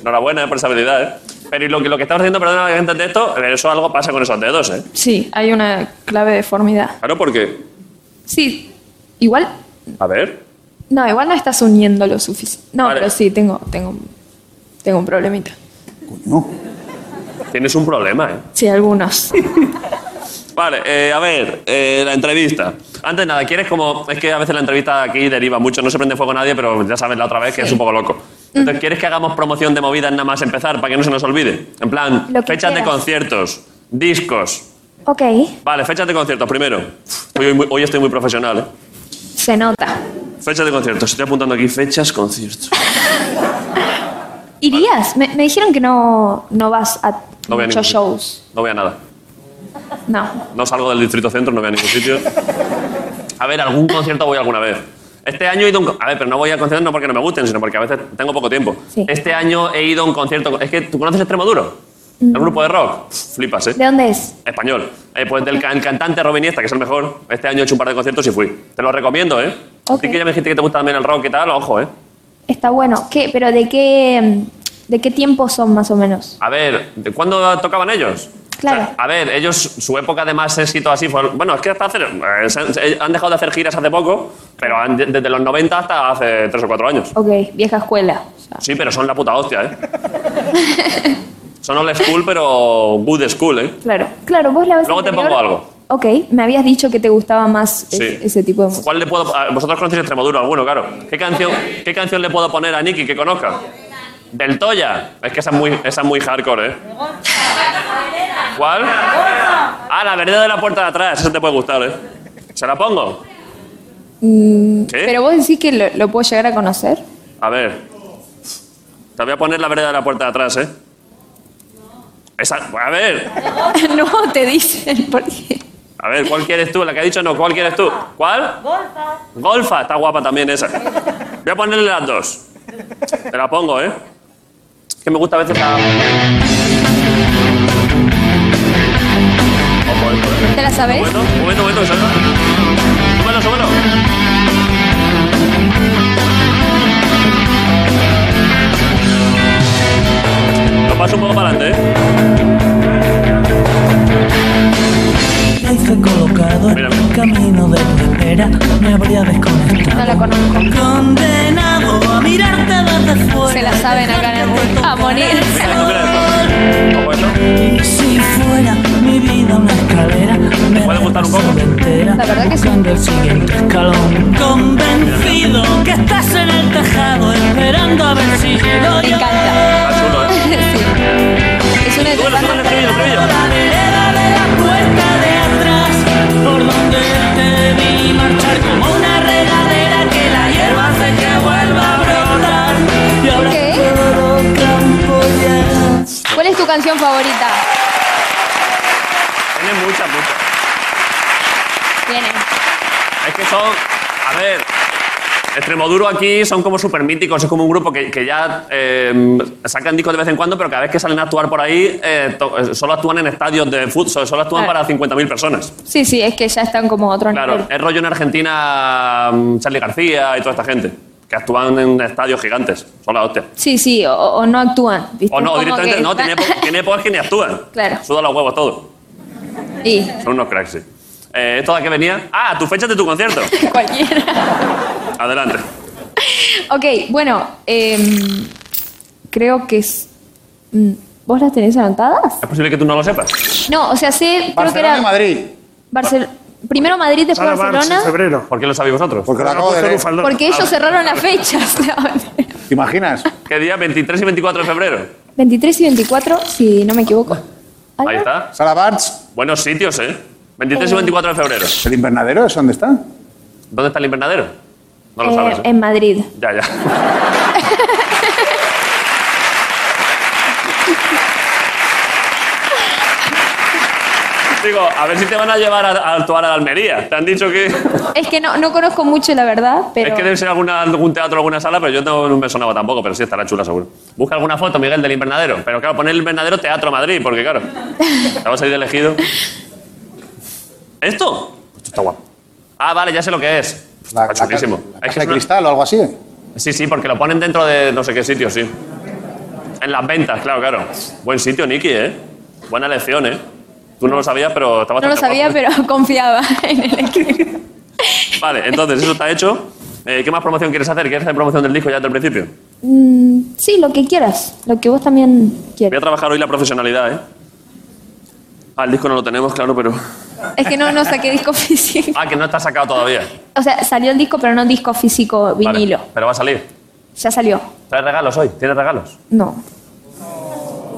Enhorabuena eh, por esa habilidad, ¿eh? Pero y lo, que- lo que estamos haciendo, perdona, gente de esto, pero eso algo pasa con esos dedos, ¿eh?
Sí, hay una clave de deformidad.
Claro, porque...
Sí, igual...
A ver.
No, igual no estás uniendo lo suficiente. No,
Vale.
pero sí, tengo, tengo, tengo un problemita.
No.
Tienes un problema, ¿eh?
Sí, algunos.
Vale, eh, a ver, eh, la entrevista. Antes de nada, ¿quieres como.? Es que a veces la entrevista aquí deriva mucho, no se prende fuego a nadie, pero ya sabes la otra vez que es un poco loco. Entonces, ¿quieres que hagamos promoción de movidas nada más empezar para que no se nos olvide? En plan,
Lo que
fechas de
quieras.
conciertos, discos.
Ok,
Vale, fechas de conciertos primero. Hoy, hoy muy- hoy estoy muy profesional, ¿eh?
se nota.
Fechas de conciertos. Estoy apuntando aquí fechas, conciertos.
¿Irías? Me, me dijeron que no, no vas a
No voy a ningún
muchos
sitio.
shows.
No voy a nada.
No.
No salgo del distrito centro, no voy a ningún sitio. A ver, algún concierto voy alguna vez. Este año he ido a un... co- A ver, pero no voy a conciertos no porque no me gusten, sino porque a veces tengo poco tiempo.
Sí.
Este año he ido a un concierto... Es que, ¿tú conoces Extremoduro?
Mm.
El grupo de rock. Pff, Flipas, ¿eh?
¿De dónde es?
Español. Eh, pues del ca- el cantante Robin Iniesta, que es el mejor. Este año he hecho un par de conciertos y fui. Te lo recomiendo, ¿eh?
Ok.
Así que ya me dijiste que te gusta también el rock y tal, ojo, ¿eh?
Está bueno. ¿Qué? ¿Pero de qué, mm, de qué tiempo son más o menos?
A ver, ¿de cuándo tocaban ellos?
Claro.
O sea, a ver, ellos, su época de más éxito así fue. Bueno, es que hasta hacer, eh, se han, se han dejado de hacer giras hace poco, pero han- de- desde los 90 hasta hace 3 o 4 años.
Ok, vieja escuela. O sea,
Sí, pero son la puta hostia, ¿eh? son old school, pero good school, ¿eh?
claro. Claro, vos la vez
Luego te
anterior-
pongo algo.
Ok, me habías dicho que te gustaba más es-
Sí.
ese tipo de música.
¿Cuál le puedo.? a- Vosotros conocéis Extremadura, alguno, claro. ¿Qué canción, ¿Qué canción le puedo poner a Nicky que conozca? Del Toya. Es que esa es muy, esa es muy hardcore, ¿eh? ¿Cuál? Ah, la vereda de la puerta de atrás. Eso te puede gustar, ¿eh? ¿Se la pongo? ¿Sí?
Mm, Pero vos decís que lo, lo puedo llegar a conocer.
A ver. Te voy a poner la vereda de la puerta de atrás, ¿eh? Esa. A ver.
no, te dicen por qué.
A ver, ¿cuál quieres tú? La que ha dicho no, ¿cuál quieres tú? ¿Cuál? Golfa. Golfa, está guapa también esa. Voy a ponerle las dos. Te la pongo, ¿eh? Es que me gusta a veces la... Ojo, eh, joder.
¿Te la sabés?
Bueno, un momento, un momento, que salga. Súbelo, súbelo. Lo paso un poco para adelante, ¿eh?
Fue colocado en un camino de tu espera, me habría desconectado.
No la conozco.
Condenado a mirarte desde fuera.
Se la saben acá en el mundo. Ah, A morir.
Mira, mira esto. Ojo, esto.
Si fuera mi vida una escalera, me
puede gustar un poco?
entera,
La verdad que sí.
buscando el siguiente escalón. Convencido que estás en el tejado, esperando a ver si llego
Me
yo.
encanta.
Está chulo, ¿eh?
sí. Es una de
Súbelo, súbelo, el estribillo, el estribillo.
La vereda de la puerta de atrás, por donde te vi marchar como una regadera que la hierba hace que vuelva a brotar. Y ahora
Ok.
todo campo lleno.
¿Cuál es tu canción favorita?
Tiene mucha, mucha.
Viene.
Es que son. A ver. Extremoduro aquí son como súper míticos, es como un grupo que, que ya eh, sacan discos de vez en cuando, pero cada vez que salen a actuar por ahí, eh, to- eh, solo actúan en estadios de fútbol, solo, solo actúan
Claro.
para 50.000 personas.
Ah. Sí, sí, es que ya están como a otro
Claro,
nivel.
es rollo en Argentina, mm, Charly García y toda esta gente, que actúan en estadios gigantes, son la hostia.
Sí, sí, o, o no actúan. ¿viste?
O no,
Como
directamente,
que-
no, tiene, epo- tiene épocas que ni actúan.
Claro.
Sudan los huevos todo,
Sí,
son unos cracks, sí. Eh, ¿Esto de qué venía? Ah, tu fecha de tu concierto.
cualquiera.
Adelante.
Ok, bueno, em, creo que es... mm, ¿Vos las tenés anotadas?
¿Es posible que tú no lo sepas?
No, o sea, sé, creo que
Barcelona
era...
y Madrid.
Barcel- Primero Madrid, después
Sara Barnes en
Barcelona,
febrero.
¿Por qué lo sabéis vosotros?
Porque lo
Ha
acabo de
puesto
leer.
un faldón.
porque
Ah,
ellos cerraron las fechas.
¿Te imaginas?
¿Qué día? 23 y 24 de febrero.
23 y 24, si no me equivoco.
Ahí está.
Sala Barts,
Buenos sitios, ¿eh? 23 y 24 de febrero.
el invernadero, ¿es dónde está?
¿Dónde está el invernadero? No lo
Eh,
sabes. ¿eh?
en Madrid.
Ya, ya. Digo, a ver si te van a llevar a, a actuar a la Almería. Te han dicho que...
Es que no, no conozco mucho, la verdad, pero...
Es que debe ser alguna, algún teatro, alguna sala, pero yo no, no me sonaba tampoco, pero sí estará chula seguro. Busca alguna foto, Miguel, del invernadero. Pero claro, poner el invernadero Teatro Madrid, porque claro, te vas a ir elegido. ¿Esto? Esto está guapo. Ah, vale, ya sé lo que es.
La,
Está chulísimo.
la-
Es que
la casa
es
de
una-
cristal o algo así.
Sí, sí, porque lo ponen dentro de no sé qué sitio, sí. En las ventas, claro, claro. Buen sitio, Nicky, ¿eh? Buena elección, ¿eh? Tú no lo sabías, pero estaba ¿eh?
No lo sabía, pero confiaba en el equipo.
Vale, entonces, eso está hecho. Eh, ¿Qué más promoción quieres hacer? ¿Quieres hacer promoción del disco ya desde el principio?
Mm, Sí, lo que quieras, lo que vos también
Voy a
quieras.
trabajar hoy la profesionalidad, ¿eh? Ah, el disco no lo tenemos, claro, pero.
Es que no, no saqué disco físico.
Ah, que no está sacado todavía. Vale,
O sea, salió el disco, pero no disco físico vinilo.
pero va a salir.
Ya salió.
¿Traes regalos hoy? ¿Tienes regalos?
No.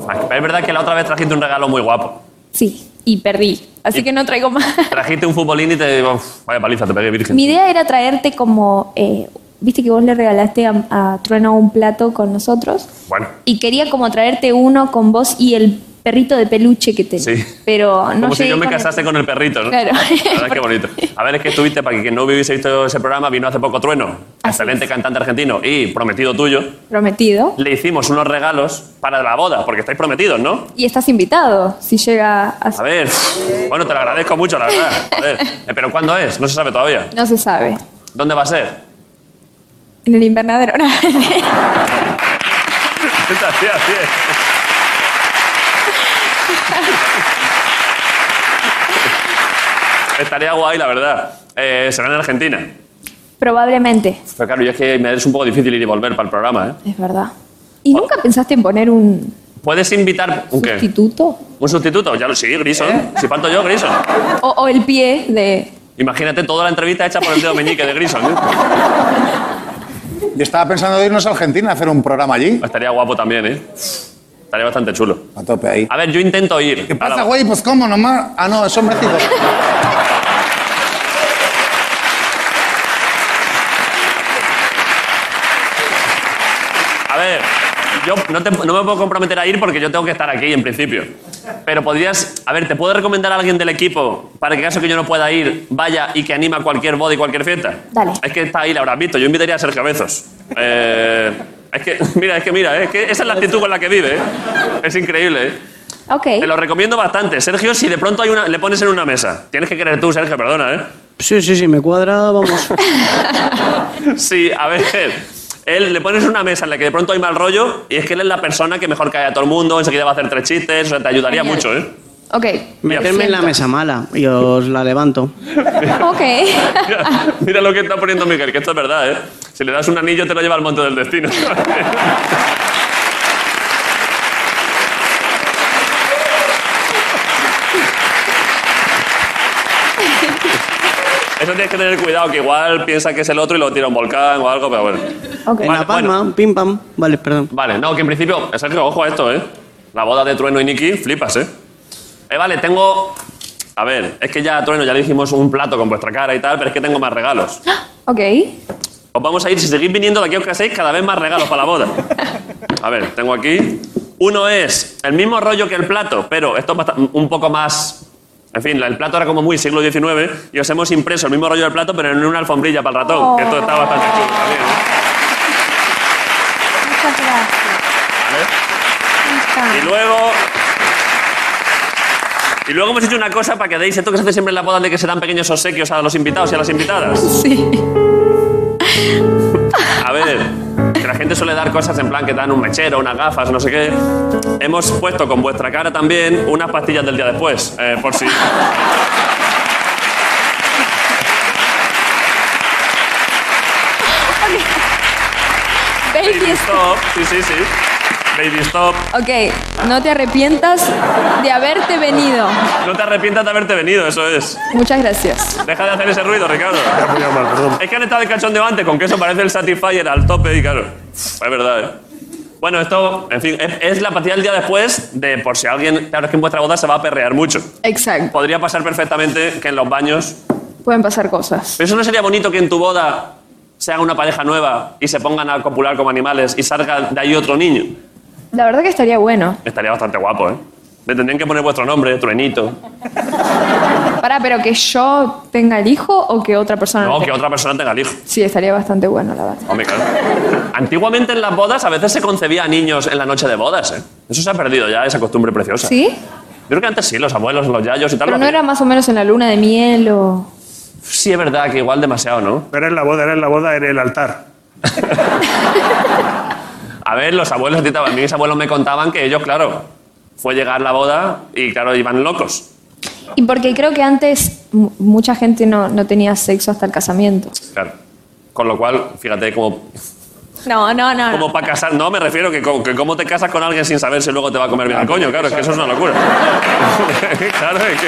Ah, pero es verdad que la otra vez trajiste un regalo muy guapo.
Sí. Y perdí. Así
Y-
que no traigo más.
Trajiste un futbolín y te. Uf, vaya paliza, te pegué virgen.
Mi idea era traerte como. eh, Viste que vos le regalaste a, a Trueno un plato con nosotros.
Bueno.
Y quería como traerte uno con vos y el perrito de peluche que tenés.
Sí.
Pero no
Como si
llegué
yo me
con el-
casase con el perrito, ¿no?
Claro.
La verdad es que bonito. A ver, es que estuviste, para quien no hubiese visto ese programa, vino hace poco Trueno, excelente cantante argentino y prometido tuyo.
Prometido.
Le hicimos unos regalos para la boda, porque estáis prometidos, ¿no?
Y estás invitado si llega a.
A ver, bueno, te lo agradezco mucho, la verdad. A ver, eh, pero ¿cuándo es? No se sabe todavía.
No se sabe.
¿Dónde va a ser?
En el invernadero. No.
Esta tía, tía. Estaría guay, la verdad. Eh, será en Argentina.
Probablemente.
Pero claro, yo es que me es un poco difícil ir y volver para el programa, ¿eh?
Es verdad. ¿Y nunca pensaste en poner un
¿Puedes invitar Oh. un qué?
sustituto?
¿Un sustituto? Ya lo sí, Grison.
¿Eh?
Si falto yo, Grison.
O, o el pie de.
Imagínate toda la entrevista hecha por el dedo meñique de Grison. ¿eh?
Yo estaba pensando de irnos a Argentina a hacer un programa allí.
Estaría guapo también, ¿eh? Estaría bastante chulo.
A tope ahí.
A ver, yo intento ir.
¿Qué
A
pasa,
la-
güey? Pues cómo nomás. Ah, no, eso es México.
A ver, yo no, te- no me puedo comprometer a ir porque yo tengo que estar aquí en principio. Pero podrías, a ver, ¿te puedo recomendar a alguien del equipo para que caso que yo no pueda ir, vaya y que anima cualquier boda y cualquier fiesta?
Dale.
Es que está ahí, la habrás visto. Yo invitaría a Sergio Bezos. Eh, es que, mira, es que mira, es que esa es la actitud con la que vive. ¿eh? Es increíble, ¿eh?
Ok.
Te lo recomiendo bastante. Sergio, si de pronto hay una, le pones en una mesa. Tienes que querer tú, Sergio, perdona, ¿eh?
Sí, sí, sí, me cuadra, vamos.
Sí, a ver. Él le pones una mesa en la que de pronto hay mal rollo y es que él es la persona que mejor cae a todo el mundo, enseguida va a hacer tres chistes, o sea, te ayudaría
Genial.
mucho, ¿eh?
Ok.
Meterme en la mesa mala y os la levanto.
Ok.
Mira, mira lo que está poniendo Miguel, que esto es verdad, ¿eh? Si le das un anillo te lo lleva al monte del destino. Eso tienes que tener cuidado, que igual piensa que es el otro y lo tira a un volcán o algo, pero bueno.
Ok.
En
Vale,
la palma,
bueno.
pim pam. Vale, perdón.
Vale, no, que en principio, Sergio, ojo a esto, ¿eh? La boda de Trueno y Nicky, flipas, ¿eh? Eh, vale, tengo... A ver, es que ya, Trueno, ya le dijimos un plato con vuestra cara y tal, pero es que tengo más regalos.
Ok.
Os vamos a ir, si seguís viniendo de aquí os caséis, cada vez más regalos para la boda. A ver, tengo aquí... Uno es el mismo rollo que el plato, pero esto es bast- un poco más... En fin, el plato era como muy siglo XIX y os hemos impreso el mismo rollo del plato, pero en una alfombrilla para el ratón. Que esto está bastante chulo también, ¿eh?
Muchas gracias. Ah.
Y luego. Y luego hemos hecho una cosa para que deis esto que se hace siempre en la boda de que se dan pequeños obsequios a los invitados y a las invitadas.
Sí.
A ver, que la gente suele dar cosas en plan que dan un mechero, unas gafas, no sé qué. Hemos puesto con vuestra cara también unas pastillas del día después, eh, por si.
Baby step.
Stop, sí, sí, sí. Baby, stop.
Ok. No te arrepientas de haberte venido.
No te arrepientas de haberte venido, eso es.
Muchas gracias.
Deja de hacer ese ruido, Ricardo.
Me ha apoyado mal, perdón.
Es que han estado de cachondeo antes, con que eso parece el Satisfyer al tope y claro. Es verdad, ¿eh? Bueno, esto, en fin, es, es la partida del día después de por si alguien. Claro, es que en vuestra boda se va a perrear mucho.
Exacto.
Podría pasar perfectamente que en los baños.
Pueden pasar cosas.
Pero eso no sería bonito que en tu boda se haga una pareja nueva y se pongan a copular como animales y salga de ahí otro niño.
La verdad que estaría bueno.
Estaría bastante guapo, ¿eh? Le tendrían que poner vuestro nombre, Truenito.
Pará, pero que yo tenga el hijo o que otra persona. lo
No, que
tenga?
otra persona tenga el hijo.
Sí, estaría bastante bueno, la verdad.
Hombre, claro. Antiguamente en las bodas a veces se concebía a niños en la noche de bodas, ¿eh? Eso se ha perdido ya, esa costumbre preciosa.
¿Sí?
Yo creo que antes sí, los abuelos, los yayos y tal. lo
Pero no
hacían.
era más o menos en la luna de miel o.
Sí, es verdad que igual demasiado, ¿no?
Era en la boda, era en la boda, en el altar.
A ver, los abuelos, tita, a mí mis abuelos me contaban que ellos, claro, fue llegar la boda y, claro, iban locos.
Y porque creo que antes mu- mucha gente no, no tenía sexo hasta el casamiento.
Claro. Con lo cual, fíjate cómo
No, no, no. no.
Como para casar. No, me refiero que, co- que cómo te casas con alguien sin saber si luego te va a comer bien el coño. Claro, es que eso es una locura. claro, es que.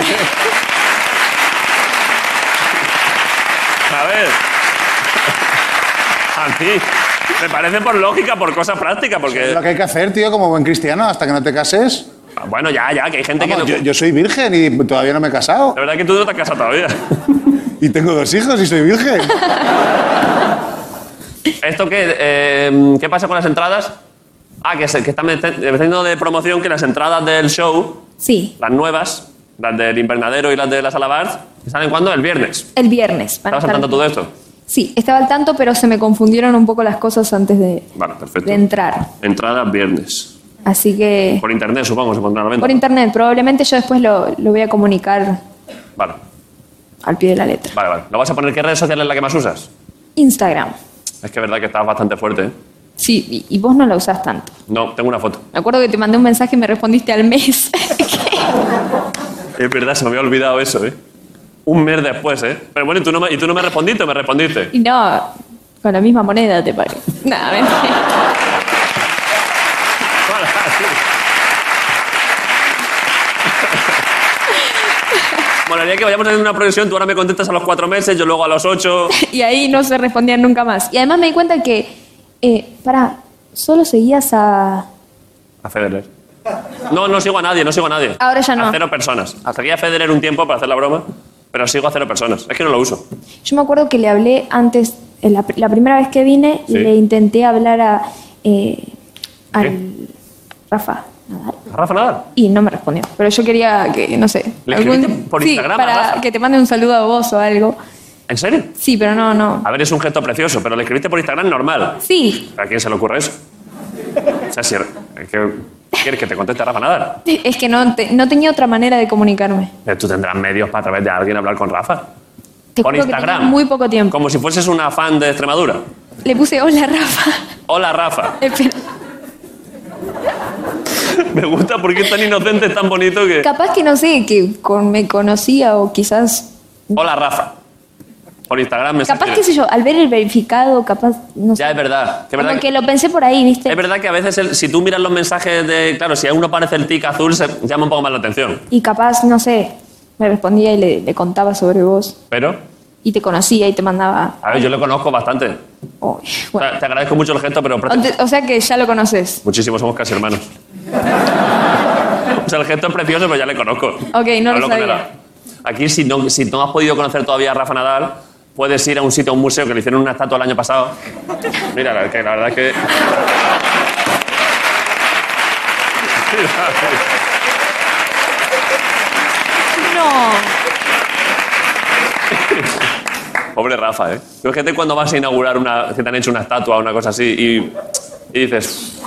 A ver. A mí. Me parece por lógica, por cosa práctica,
Es
porque.
lo que hay que hacer, tío, como buen cristiano, hasta que no te cases.
Bueno, ya, ya, que hay gente
Vamos,
que
yo,
no.
yo soy virgen y todavía no me he casado.
La verdad que tú no te has casado todavía.
Y tengo dos hijos y soy virgen.
¿Esto qué? Eh, ¿Qué pasa con las entradas? Ah, que, se, que están mete- metiendo de promoción que las entradas del show,
Sí,
las nuevas, las del invernadero y las de la sala Barth, ¿saben cuándo? El viernes.
el viernes. van
¿Estabas
a
al
estar-
tanto de todo esto?
Sí, estaba al tanto, pero se me confundieron un poco las cosas antes de,
Vale, perfecto.
de entrar.
Entrada viernes.
Así que
Por internet, supongo, se pondrá a la venta.
por internet, probablemente yo después lo, lo voy a comunicar
Vale,
al pie de la letra.
vale, vale. ¿Lo vas a poner? ¿Qué red social es la que más usas?
Instagram.
Es que es verdad que estás bastante fuerte, ¿eh?
Sí, y, y vos no la usás tanto.
No, tengo una foto.
Me acuerdo que te mandé un mensaje y me respondiste al mes.
Es verdad, se me había olvidado eso, ¿eh? Un mes después, ¿eh? Pero bueno, ¿y tú no me, y tú no me respondiste o me respondiste?
y no, con la misma moneda te pagué. Nada, mentira.
Molaría que vayamos haciendo una progresión, tú ahora me contestas a los cuatro meses, yo luego a los ocho.
y ahí no se respondían nunca más. Y además me di cuenta que, eh, para, solo seguías a...
A Federer. No, no sigo a nadie, no sigo a nadie.
Ahora ya no.
A cero personas. Seguía a Federer un tiempo para hacer la broma, pero sigo a cero personas. Es que no lo uso.
Yo me acuerdo que le hablé antes, en la, pr- la primera vez que vine,
Sí.
le intenté hablar a, eh, al Rafa Nadal.
¿A Rafa Nadal?
Y no me respondió. Pero yo quería que, no sé.
¿Le escribiste por
sí,
Instagram a Rafa?
para que te mande un saludo a vos o algo.
¿En serio?
Sí, pero no, no.
A ver, es un gesto precioso, pero le escribiste por Instagram normal.
Sí,
¿A quién se le ocurre eso? O sea, si- es que- ¿Quieres que te conteste Rafa Nadal?
es que no, te- no tenía otra manera de comunicarme.
Pero tú tendrás medios para a través de alguien hablar con Rafa.
Te
por
juro que
Instagram.
tenía muy poco tiempo.
Como si fueses una fan de Extremadura.
Le puse hola Rafa.
Hola, Rafa.
Espera.
Me gusta porque es tan inocente, es tan bonito que...
Capaz que no sé, que con- me conocía o quizás...
Hola, Rafa. Por Instagram me
Capaz, qué sé yo, al ver el verificado, capaz, no sé.
Ya, es verdad. Que es verdad
Como
que-
que lo pensé por ahí, ¿viste?
Es verdad que a veces, el- si tú miras los mensajes de. Claro, si a uno aparece el tic azul, se llama un poco más la atención.
Y capaz, no sé, me respondía y le, le contaba sobre vos.
Pero,
Y te conocía y te mandaba...
a ver, yo lo conozco bastante. O
"Uy,
sea,
bueno".
te agradezco mucho el gesto, pero. prácticamente-
O sea que ya lo conoces.
Muchísimo, somos casi hermanos. o sea, el gesto es precioso, pero ya le conozco.
Ok, no
Hablo
lo
con
sabía.
él. Aquí, si no, si no has podido conocer todavía a Rafa Nadal, puedes ir a un sitio, a un museo que le hicieron una estatua el año pasado. Mira, la, que la verdad es que.
No.
Pobre Rafa, ¿eh? Pero gente cuando vas a inaugurar una. que te han hecho una estatua o una cosa así y. y dices.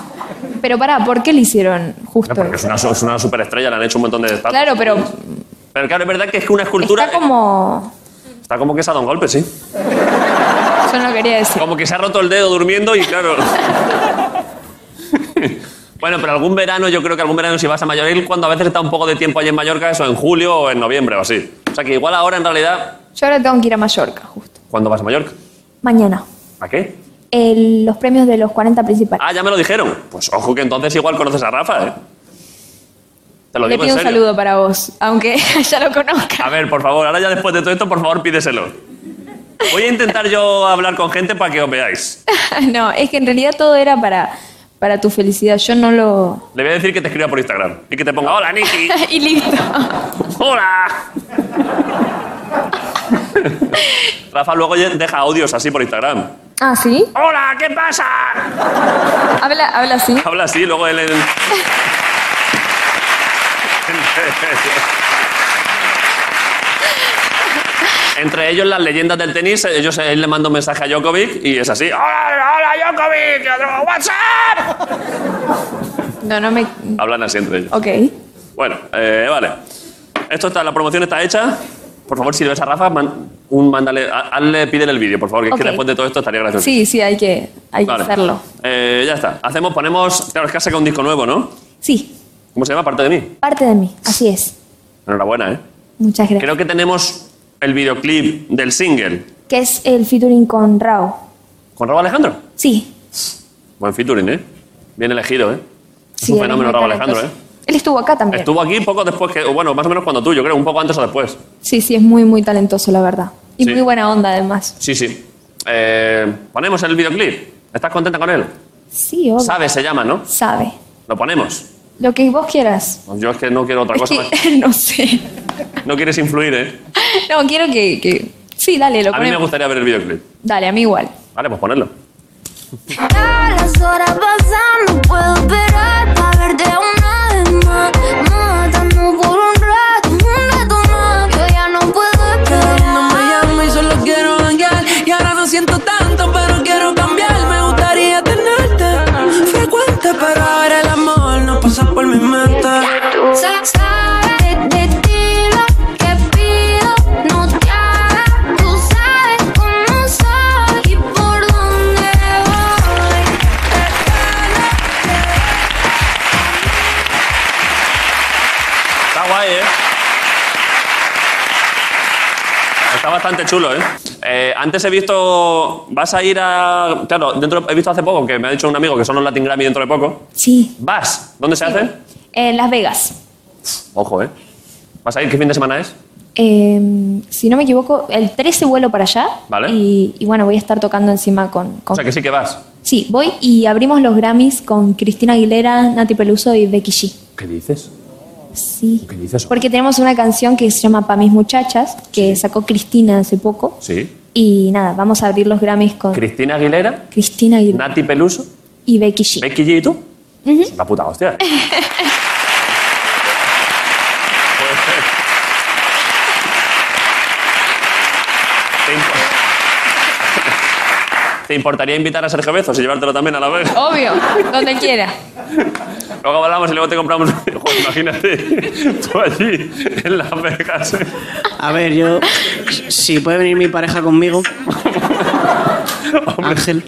Pero pará, ¿por qué le hicieron
No,
justo
porque es
eso?
una, su- es una superestrella, le han hecho un montón de estatuas.
Claro, pero
Pero claro, es verdad que es que una escultura.
está como...
Está como que se ha dado un golpe, sí.
Yo no quería decir.
Como que se ha roto el dedo durmiendo y claro. bueno, pero algún verano, yo creo que algún verano si vas a Mallorca, cuando a veces está un poco de tiempo allí en Mallorca, eso en julio o en noviembre o así. O sea que igual ahora en realidad.
Yo ahora tengo que ir a Mallorca, justo.
¿Cuándo vas a Mallorca?
Mañana.
¿A qué?
El- los premios de los 40 principales.
Ah, ya me lo dijeron. Pues ojo que entonces igual conoces a Rafa, ¿eh? Te lo
Le
digo
pido
en
un
serio.
saludo para vos, aunque ya lo conozca.
A ver, por favor, ahora ya después de todo esto, por favor, pídeselo. Voy a intentar yo hablar con gente para que os veáis.
no, es que en realidad todo era para, para tu felicidad. Yo no lo...
Le voy a decir que te escriba por Instagram y que te ponga, hola, Niki,
y listo.
hola. Rafa luego ya deja audios así por Instagram.
ah, ¿sí?
Hola, ¿qué pasa?
Habla, habla así.
Habla así, luego él... en- Entre ellos las leyendas del tenis, ellos, él le manda un mensaje a Djokovic y es así. ¡Hola, hola, Djokovic! ¡WhatsApp!
No, no me...
Hablan así entre ellos.
Ok.
Bueno, eh, vale. Esto está, la promoción está hecha. Por favor, si lo ves a Rafa, man- un, mándale, ha- hazle, pídele el vídeo, por favor, que, es que
Ok.
después de todo esto estaría gracioso.
Sí, sí, hay que, hay que
Vale.
hacerlo.
Eh, ya está. Hacemos, ponemos. Claro, es que has sacado un disco nuevo, ¿no?
Sí,
¿Cómo se llama? Parte de mí.
parte de mí. Así es.
Enhorabuena, ¿eh?
Muchas gracias.
Creo que tenemos el videoclip del single.
Que es el featuring con Rao.
¿Con Raúl Alejandro?
Sí.
Buen featuring, ¿eh? Bien elegido, ¿eh?
Sí,
un
él es
fenómeno,
muy
Raúl Alejandro, ¿eh?
talentoso. Él estuvo acá también.
Estuvo aquí poco después que, o bueno, más o menos cuando tú, yo creo, un poco antes o después.
Sí, sí, es muy, muy talentoso, la verdad. Y
Sí.
muy buena onda, además.
Sí, sí. Eh, ponemos el videoclip. ¿Estás contenta con él?
Sí, obvio.
Sabe, se llama, ¿no?
Sabe.
Lo ponemos.
Lo que vos quieras.
Yo es que no quiero otra
Es
cosa. más.
que, no sé.
No quieres influir, ¿eh?
No, quiero que... que- Sí, dale, lo
A mí me
ponemos.
gustaría ver el videoclip.
Dale, a mí igual.
Vale, pues ponerlo.
Las horas pasan, no puedo esperar para verte una vez más. Matando por un rato, un rato más. Yo ya no puedo esperar. No me llamo y solo quiero hangar. Y ahora no siento tanto, pero quiero cambiar. Me gustaría tenerte frecuente, pero ahora el amor no pasa por mi mente. Sabes de ti lo que pido, no te hagas. Tú sabes cómo soy y por dónde voy.
Está guay, ¿eh? Está bastante chulo, ¿eh? Eh, Antes he visto... Vas a ir a... Claro, dentro he visto hace poco, que me ha dicho un amigo que son los Latin Grammy dentro de poco.
Sí.
¿Vas? ¿Dónde se hace?
En Las Vegas.
Ojo, ¿eh? ¿Vas a ir? ¿Qué fin de semana es?
Eh, si no me equivoco, el 13 vuelo para allá.
Vale.
Y, y bueno, voy a estar tocando encima con. con-
O sea, que sí que vas.
Sí, voy y abrimos los Grammys con Cristina Aguilera, Nati Peluso y Becky G.
¿Qué dices?
Sí.
¿Qué dices?
Porque tenemos una canción que se llama Pa' mis muchachas, que sacó Cristina hace poco.
Sí.
Y nada, vamos a abrir los Grammys con
Cristina Aguilera,
Cristina Aguilera
Nati Peluso,
y Becky G.
Becky G y tú. Es La puta hostia. ¿eh? ¿Te, impo- ¿Te importaría invitar a Sergio Bezos y llevártelo también a la vez?
Obvio, donde quiera.
Luego hablamos y luego te compramos un videojuego. Imagínate tú allí en Las Vegas. ¿eh?
A ver, yo. Si puede venir mi pareja conmigo. Ángel.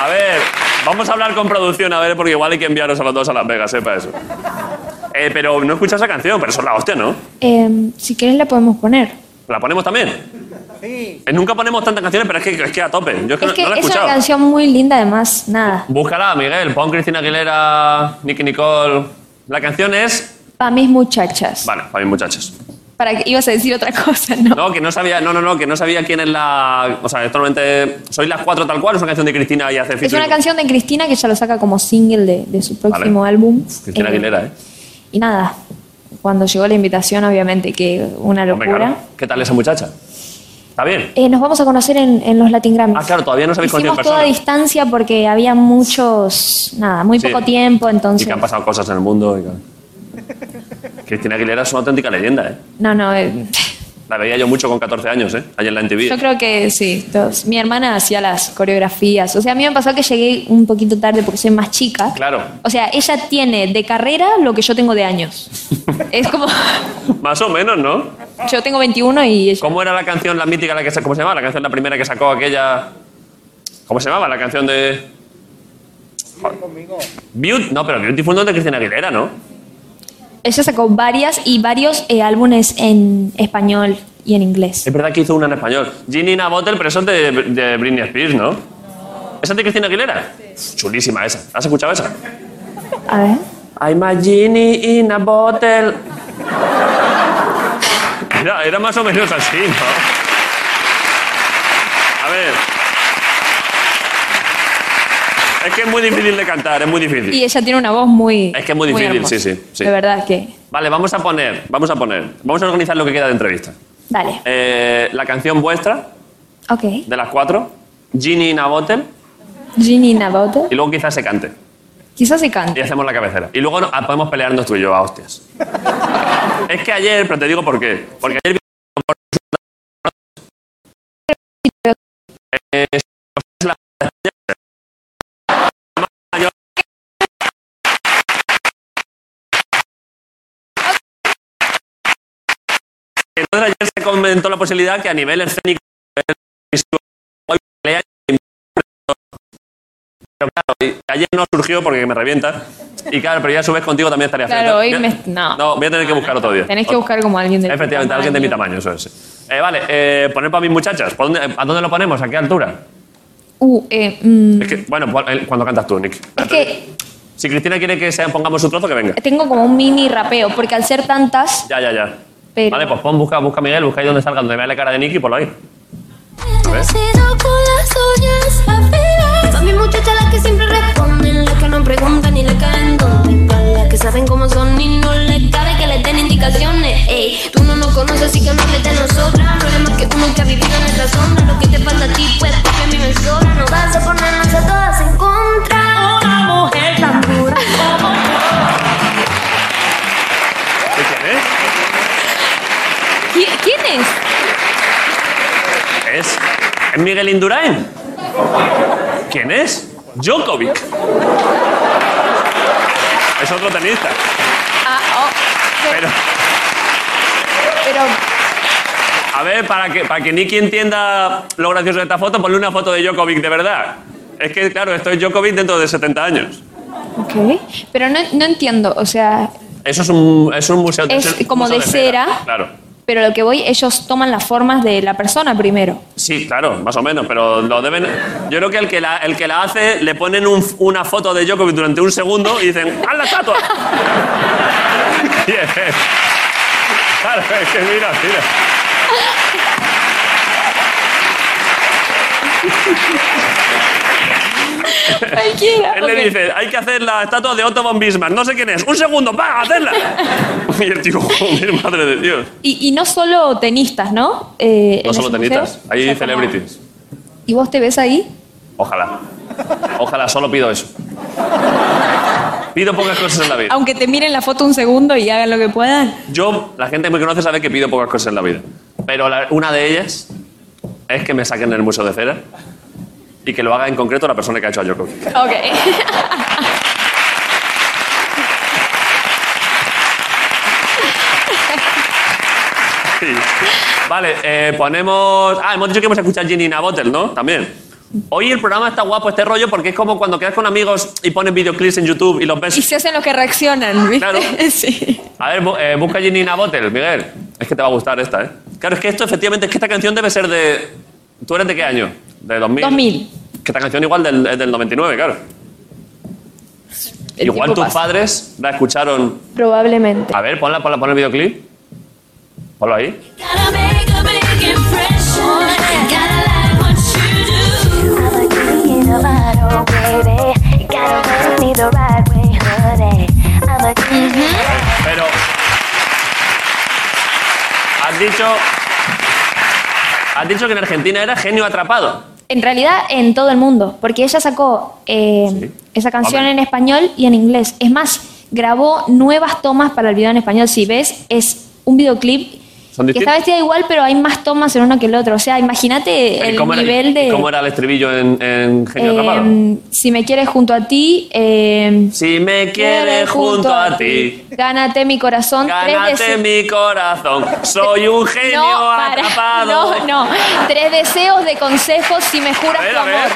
A ver, vamos a hablar con producción, a ver, porque igual hay que enviaros a los dos a Las Vegas, sepa eso. Eh, pero no escuchas esa canción, pero eso es la hostia, ¿no?
Eh, si querés la podemos poner.
¿La ponemos también? Sí. nunca ponemos tantas canciones, pero es que, es que a tope. Yo es que,
Es
no,
que
no la he
es una
escuchado.
canción muy linda, además, nada.
Búscala, Miguel. Pon Cristina Aguilera, Nicky Nicole. La canción es.
Pa' mis muchachas.
Vale, para mis muchachos.
Para que ibas a decir otra cosa, ¿no?
No, que no sabía. No, no, no, que no sabía quién es la. O sea, actualmente. ¿Sois las cuatro tal cual? ¿Es una canción de Cristina y hace
Es
featuring
una
con-
canción de Cristina que ya lo saca como single de, de su próximo álbum.
Cristina
Eh,
Aguilera, ¿eh?
Y nada, cuando llegó la invitación, obviamente que una
Hombre,
locura.
claro. ¿Qué tal esa muchacha? ¿Está bien?
Eh, nos vamos a conocer en, en los Latin Grammys.
Ah, claro, todavía no sabéis con
Hicimos
quién
toda a
persona.
distancia porque había muchos, nada, muy
Sí.
poco tiempo,
Y
entonces...
que han pasado cosas en el mundo. y que- Cristina Aguilera es una auténtica leyenda, ¿eh?
No, no, eh,
La veía yo mucho con 14 años, ¿eh? Allá en la NTV.
yo creo que sí. todos. Mi hermana hacía las coreografías. O sea, a mí me pasó que llegué un poquito tarde porque soy más chica.
Claro.
O sea, ella tiene de carrera lo que yo tengo de años. es como...
Más o menos, ¿no?
Yo tengo 21 y ella...
¿Cómo era la canción, la mítica, la que sa- cómo se llamaba? La canción, la primera que sacó aquella. ¿Cómo se llamaba? La canción de. Beaut- no, pero Beautiful no es de Cristina Aguilera, ¿no?
Ella sacó varias y varios eh, álbumes en español y en inglés.
Es verdad que hizo una en español. Ginny in a Bottle, pero eso es de, de Britney Spears, ¿no? ¿Esa es de Cristina Aguilera? Chulísima esa. ¿Has escuchado esa?
A ver.
I'm a Ginny in a Bottle. Era, era más o menos así, ¿no? A ver. Es que es muy difícil de cantar, es muy difícil.
Y ella tiene una voz muy.
Es que es muy difícil,
hermosa.
sí, sí, sí.
De verdad que.
Vale, vamos a poner, vamos a poner, vamos a organizar lo que queda de entrevista.
Dale.
Eh, la canción vuestra,
Ok.
de las cuatro, Ginny in a Bottle,
Ginny Navato.
y luego quizás se cante.
Quizás se
Y
cante.
hacemos la cabecera. Y luego no- ah, podemos pelearnos tú y yo a hostias. es que ayer, pero te digo por qué. Porque ayer... vi- Eh, es la- Entonces ayer se comentó la posibilidad que a nivel escénico a nivel visual, hay pelea, pero claro, y- Ayer no surgió porque me revienta. Y claro, pero ya a su vez contigo también estaría
Claro,
frente.
hoy
Voy a-
me- no.
No, voy a tener que buscar otro día.
Tenéis que buscar como alguien de mi
Efectivamente,
tamaño.
alguien de mi tamaño, eso es. Eh, vale, eh, poner para mis muchachas. ¿Por dónde- ¿A dónde lo ponemos? ¿A qué altura?
Uh, eh, mm,
Es que, bueno, pu- eh, cuando cantas tú, Nick.
es que
Si Cristina quiere que sea- pongamos su trozo, que venga.
tengo como un mini rapeo, porque al ser tantas,
Ya, ya, ya.
Pero-
Vale, pues pon, busca, busca a Miguel, busca ahí donde salga, donde vea la cara de Nick y ponlo ahí.
Nacido con las suyas afías. Son mis muchachas las que siempre responden, las que no preguntan ni le caen donde. Para las que saben cómo son y no les cabe que les den indicaciones. Ey, tú no nos conoces, así que no hables de nosotras. Problemas que uno que ha vivido en nuestra sombra. Lo que te falta a ti, pues, porque a mí me sobra. No vas a ponernos a todas en contra. Una Oh, mujer tan pura.
¿Qué quién es?
¿qui- ¿quién
¿Es,
es?
es Miguel Indurain? ¿Quién es? Djokovic. Es otro tenista.
Ah, oh,
Pero,
pero
a ver, para que, para que Nicky entienda lo gracioso de esta foto, ponle una foto de Djokovic de verdad. Es que, claro, esto es Djokovic dentro de 70 años.
Ok. Pero no, no entiendo, o sea,
Eso es un, es un museo
Es
un
como
museo
de cera.
Claro.
pero lo que voy, ellos toman las formas de la persona primero.
Sí, claro, más o menos, pero lo deben. Yo creo que el que la, el que la hace le ponen un- una foto de Djokovic durante un segundo y dicen ¡Haz la estatua! Y es- Claro, es que mira, mira.
Cualquiera.
Él le dice, hay que hacer la estatua de Otto von Bismarck. No sé quién es. ¡Un segundo! ¡Va, hacerla! Y el tío, joder, madre de Dios.
Y, y no solo tenistas, ¿no? Eh,
No
en
solo
ese
tenistas,
museo. O
hay
sea, como-
celebrities.
¿Y vos te ves ahí?
Ojalá. Ojalá, solo pido eso. Pido pocas cosas en la vida.
Aunque te miren la foto un segundo y hagan lo que puedan.
Yo, la gente que me conoce sabe que pido pocas cosas en la vida. Pero la- una de ellas es que me saquen del museo de cera y que lo haga en concreto la persona que ha hecho a Djokovic.
Ok.
Vale, eh, ponemos. Ah, hemos dicho que íbamos a escuchar Ginny in a Bottle, ¿no? También. Hoy el programa está guapo, este rollo, porque es como cuando quedas con amigos y pones videoclips en YouTube y los
y
ves.
se hacen los que reaccionan, ¿viste?
Claro.
Sí.
A ver, bu- eh, busca Ginny in a Bottle, Miguel. Es que te va a gustar esta, ¿eh? Claro, es que esto, efectivamente, es que esta canción debe ser de. ¿Tú eres de qué año? ¿De 2000?
2000.
Que esta canción igual del, es del 99, claro.
El
Igual
tiempo
tus
pasa.
padres la escucharon.
Probablemente.
A ver, ponla, ponla, pon el videoclip. Ponlo ahí.
Gotta make a big impression. Gotta like what you do. You gotta give me the right baby. You gotta run me the right way, honey. I'm a
Pero. Has dicho. Has dicho que en Argentina era genio atrapado.
En realidad, en todo el mundo, porque ella sacó eh,
Sí.
esa canción
Hombre.
en español y en inglés. Es más, grabó nuevas tomas para el video en español. Si ves, es un videoclip
Son
que
distintos.
está vestida igual, pero hay más tomas en uno que el otro. O sea,
¿Y
imagínate el
cómo era-
nivel
y-
de...
y ¿Cómo era el estribillo en, en genio
eh,
atrapado?
si me quieres junto a ti... eh,
Si me quieres junto a ti,
Gánate mi corazón. tres
gánate
deseos-
mi corazón. Soy un genio
no, para,
atrapado.
no, no. Tres deseos de consejos si me juras
A ver,
tu
a ver.
amor.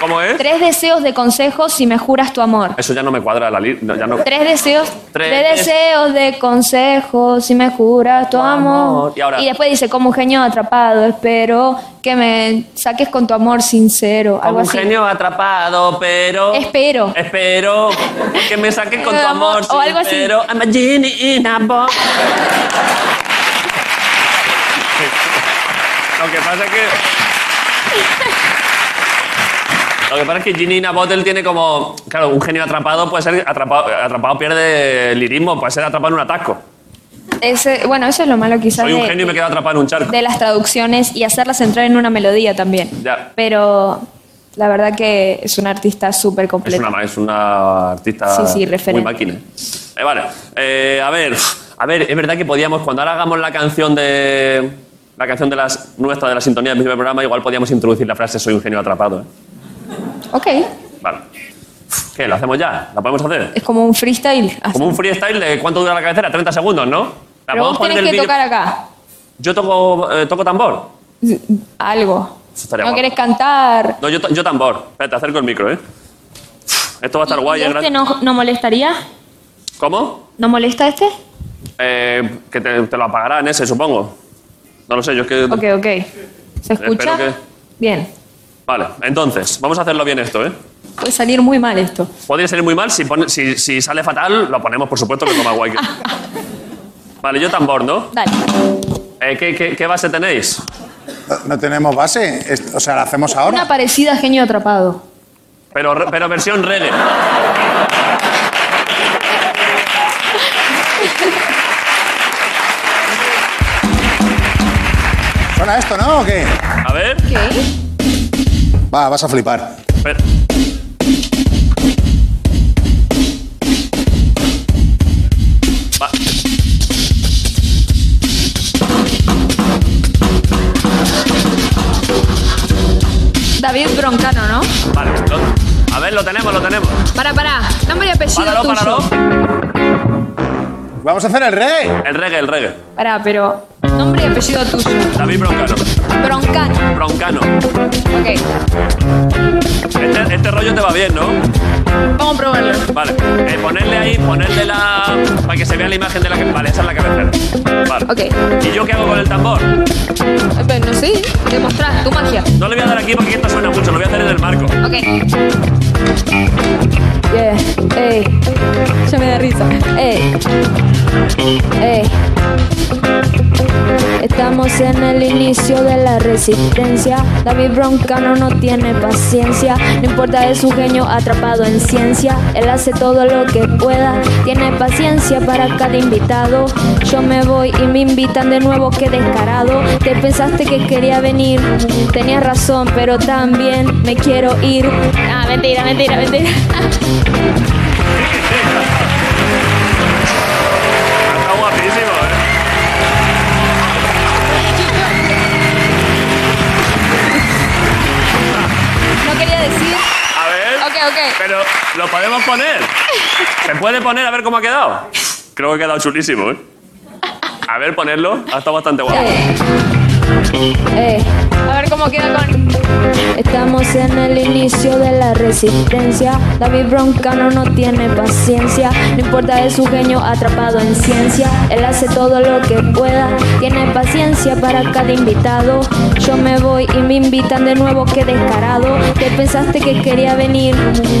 ¿Cómo es?
Tres deseos de consejos si me juras tu amor.
Eso ya no me cuadra la lista. ya no.
Tres deseos.
Tres
Tres,
des-
deseos de consejos si me juras tu amor.
Y ahora-
después dice, como un genio atrapado, espero que me saques con tu amor sincero.
Como
algo
un
así.
genio atrapado, pero.
Espero.
Espero que me saques con tu amor.
O algo así.
sincero. I'm a genie in a bottle. Lo que pasa es que. Lo que pasa es que Ginny in a Bottle tiene como. Claro, un genio atrapado puede ser. Atrapado, atrapado pierde lirismo, puede ser atrapado en un atasco.
Ese- bueno, eso es lo malo quizás
Soy un
de-
genio y me quedo atrapado en un charco.
de las traducciones y hacerlas entrar en una melodía también.
Ya.
Pero la verdad que es una artista súper
Es
completa.
una, es una artista
Sí, sí, referente.
muy máquina. Eh, vale, eh, a ver, a ver, es verdad que podíamos, cuando ahora hagamos la canción de la canción de las nuestra de la sintonía del primer programa, igual podíamos introducir la frase "soy un genio atrapado". ¿eh?
Ok,
Vale, ¿qué? Lo hacemos ya, la podemos hacer.
es como un freestyle. así.
Como un freestyle de cuánto dura la cabecera, 30 segundos, ¿no? La
Pero
podemos
vos
poner del
tenés que
vídeo-
tocar acá.
Yo toco, eh, toco tambor.
Algo.
Eso
No
estaría guapo.
querés cantar.
No, yo, ta- yo tambor. Espera, te acerco el micro, ¿eh? Esto va a estar guay.
¿Y
es gratis.
este no, no molestaría?
¿Cómo?
¿No molesta este?
Eh, que te, te lo apagarán ese, supongo. No lo sé, yo es que...
Ok, ok. ¿Se escucha?
que-
Bien.
Vale, entonces, vamos a hacerlo bien esto, ¿eh?
Puede salir muy mal esto.
Podría salir muy mal, si, pone- si, si sale fatal, lo ponemos, por supuesto, que toma guay. vale, yo tambor, ¿no?
Dale.
Eh, ¿qué, qué, qué base tenéis?
No tenemos base. Es- O sea, la hacemos
Una
ahora.
parecida a genio atrapado.
Pero, re- pero versión reggae.
¿Suena esto, no? ¿O qué?
A ver...
Va, vas a flipar.
Pero- Va-
David Broncano, ¿no?
Vale, lo- a ver, lo tenemos, lo tenemos.
Para, para. Nombre y apellido
Páralo,
tuyo.
páralo.
Vamos a hacer el rey.
El reggae, el reggae.
Pará, pero. Nombre y apellido tuyo.
David Broncano.
Broncano.
Broncano.
Ok.
Este, este rollo te va bien, ¿no?
Vamos a probarlo.
Vale. Eh, ponerle ahí, ponerle la. para que se vea la imagen de la que. Vale, esa es la cabecera. Vale.
Ok.
¿Y yo qué hago con el tambor?
Bueno, sí. Demostrar tu magia.
No le voy a dar aquí porque esto suena mucho, lo voy a hacer en el marco.
Ok. Yeah. Ey. Ya me da risa. Ey. Ey.
Estamos en el inicio de la resistencia. David Broncano no tiene paciencia. No importa de su genio atrapado en ciencia. Él hace todo lo que pueda. Tiene paciencia para cada invitado. Yo me voy y me invitan de nuevo. Qué descarado. Te pensaste que quería venir. Tenías razón, pero también me quiero ir. Ah, mentira, mentira, mentira.
Está guapísimo, ¿eh?
No quería decir.
A ver.
Ok, ok.
Pero, ¿lo podemos poner? ¿Se puede poner a ver cómo ha quedado? Creo que ha quedado chulísimo, ¿eh? A ver, ponerlo. Ha estado bastante guapo.
Eh.
A ver cómo queda con.
Estamos en el inicio de la resistencia. David Broncano no tiene paciencia. No importa de su genio atrapado en ciencia. Él hace todo lo que pueda. Tiene paciencia para cada invitado. Yo me voy y me invitan de nuevo. Qué descarado. Te pensaste que quería venir.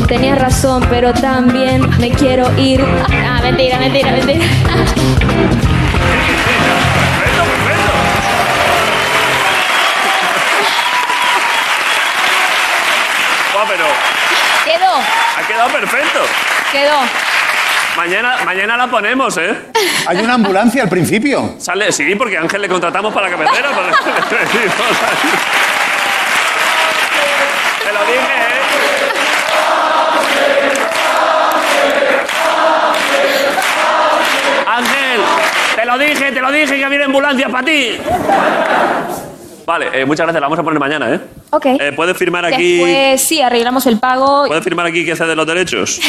Tenías razón, pero también me quiero ir. Ah, mentira, mentira, mentira.
¡Perfecto, perfecto! Guau, pero
Quedó.
ha quedado perfecto.
Quedó.
Mañana, mañana la ponemos, ¿eh?
Hay una ambulancia al principio.
Sale, sí, porque a Ángel le contratamos para cabecera. para- Te lo dije, ¿eh? Ángel, te lo dije, te lo dije que había ambulancia para ti. Vale, eh, muchas gracias. La vamos a poner mañana, ¿eh?
Ok.
Eh, ¿Puedes firmar aquí?
Después sí, arreglamos el pago.
¿Puedes firmar aquí que cede los derechos?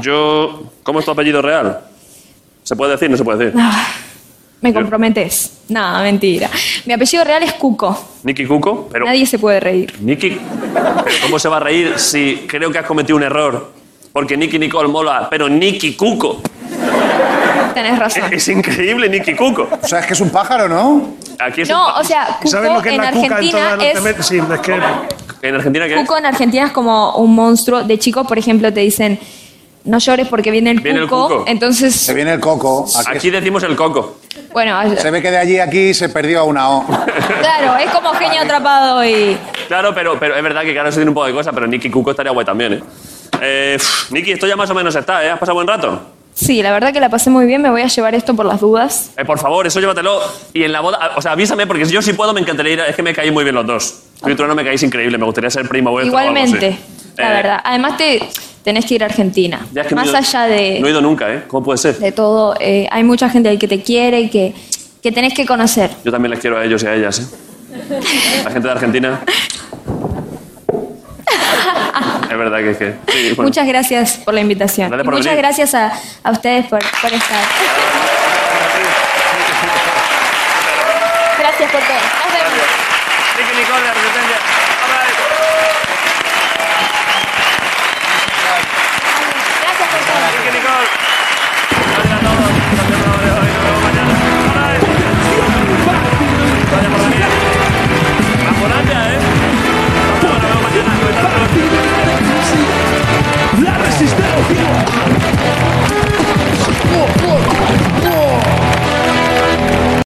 Yo. ¿Cómo es tu apellido real? ¿Se puede decir? No se puede decir.
Ah, Me comprometes. Nada, mentira. Mi apellido real es Cuco.
Nicky Cuco, pero.
Nadie se puede reír.
Nicky, ¿pero ¿cómo se va a reír si creo que has cometido un error? Porque Nicky Nicole mola, pero Nicky Cuco.
Tenés
Es,
razón.
es increíble Nicky Cuco.
O sea, es que es un pájaro, ¿no?
Aquí eh, es
No, o sea, Cuco
¿Sabes lo que es
en
la cuca en
Argentina
toda
es.
Norteamérica? Sí, es que.
en Argentina que
Cuco en Argentina es como un monstruo. De chicos, por ejemplo, te dicen. No llores porque viene el,
Viene el
cuco.
cuco.
Se
Entonces,
viene el coco. Aquí-
aquí decimos el coco.
bueno,
se ve que de allí a aquí se perdió una O.
claro, es como genio atrapado y.
Claro, pero, pero es verdad que claro, eso tiene un poco de cosa, pero Nicky Cuco estaría guay también, ¿eh? eh pff, Nicky, esto ya más o menos está, ¿eh? ¿Has pasado buen rato?
Sí, la verdad que la pasé muy bien. Me voy a llevar esto por las dudas.
Eh, por favor, eso llévatelo. Y en la boda, o sea, avísame, porque si yo si puedo me encantaría ir. a- Es que me caí muy bien los dos. Tú y Trueno me caís increíble, me gustaría ser primo vuestro. o algo así.
Igualmente, la
Eh,
verdad. Además, te, tenés que ir a Argentina.
ya es que no he
Más
ido-
allá de.
No he ido nunca, ¿eh? ¿Cómo puede ser?
de todo. eh, hay mucha gente ahí que te quiere y que, que tenés que conocer.
Yo también les quiero a ellos y a ellas, ¿eh? La gente de Argentina. es verdad que es que. sí, bueno.
Muchas gracias por la invitación.
Gracias
Y
por
muchas
venir.
gracias a, a ustedes por, por estar.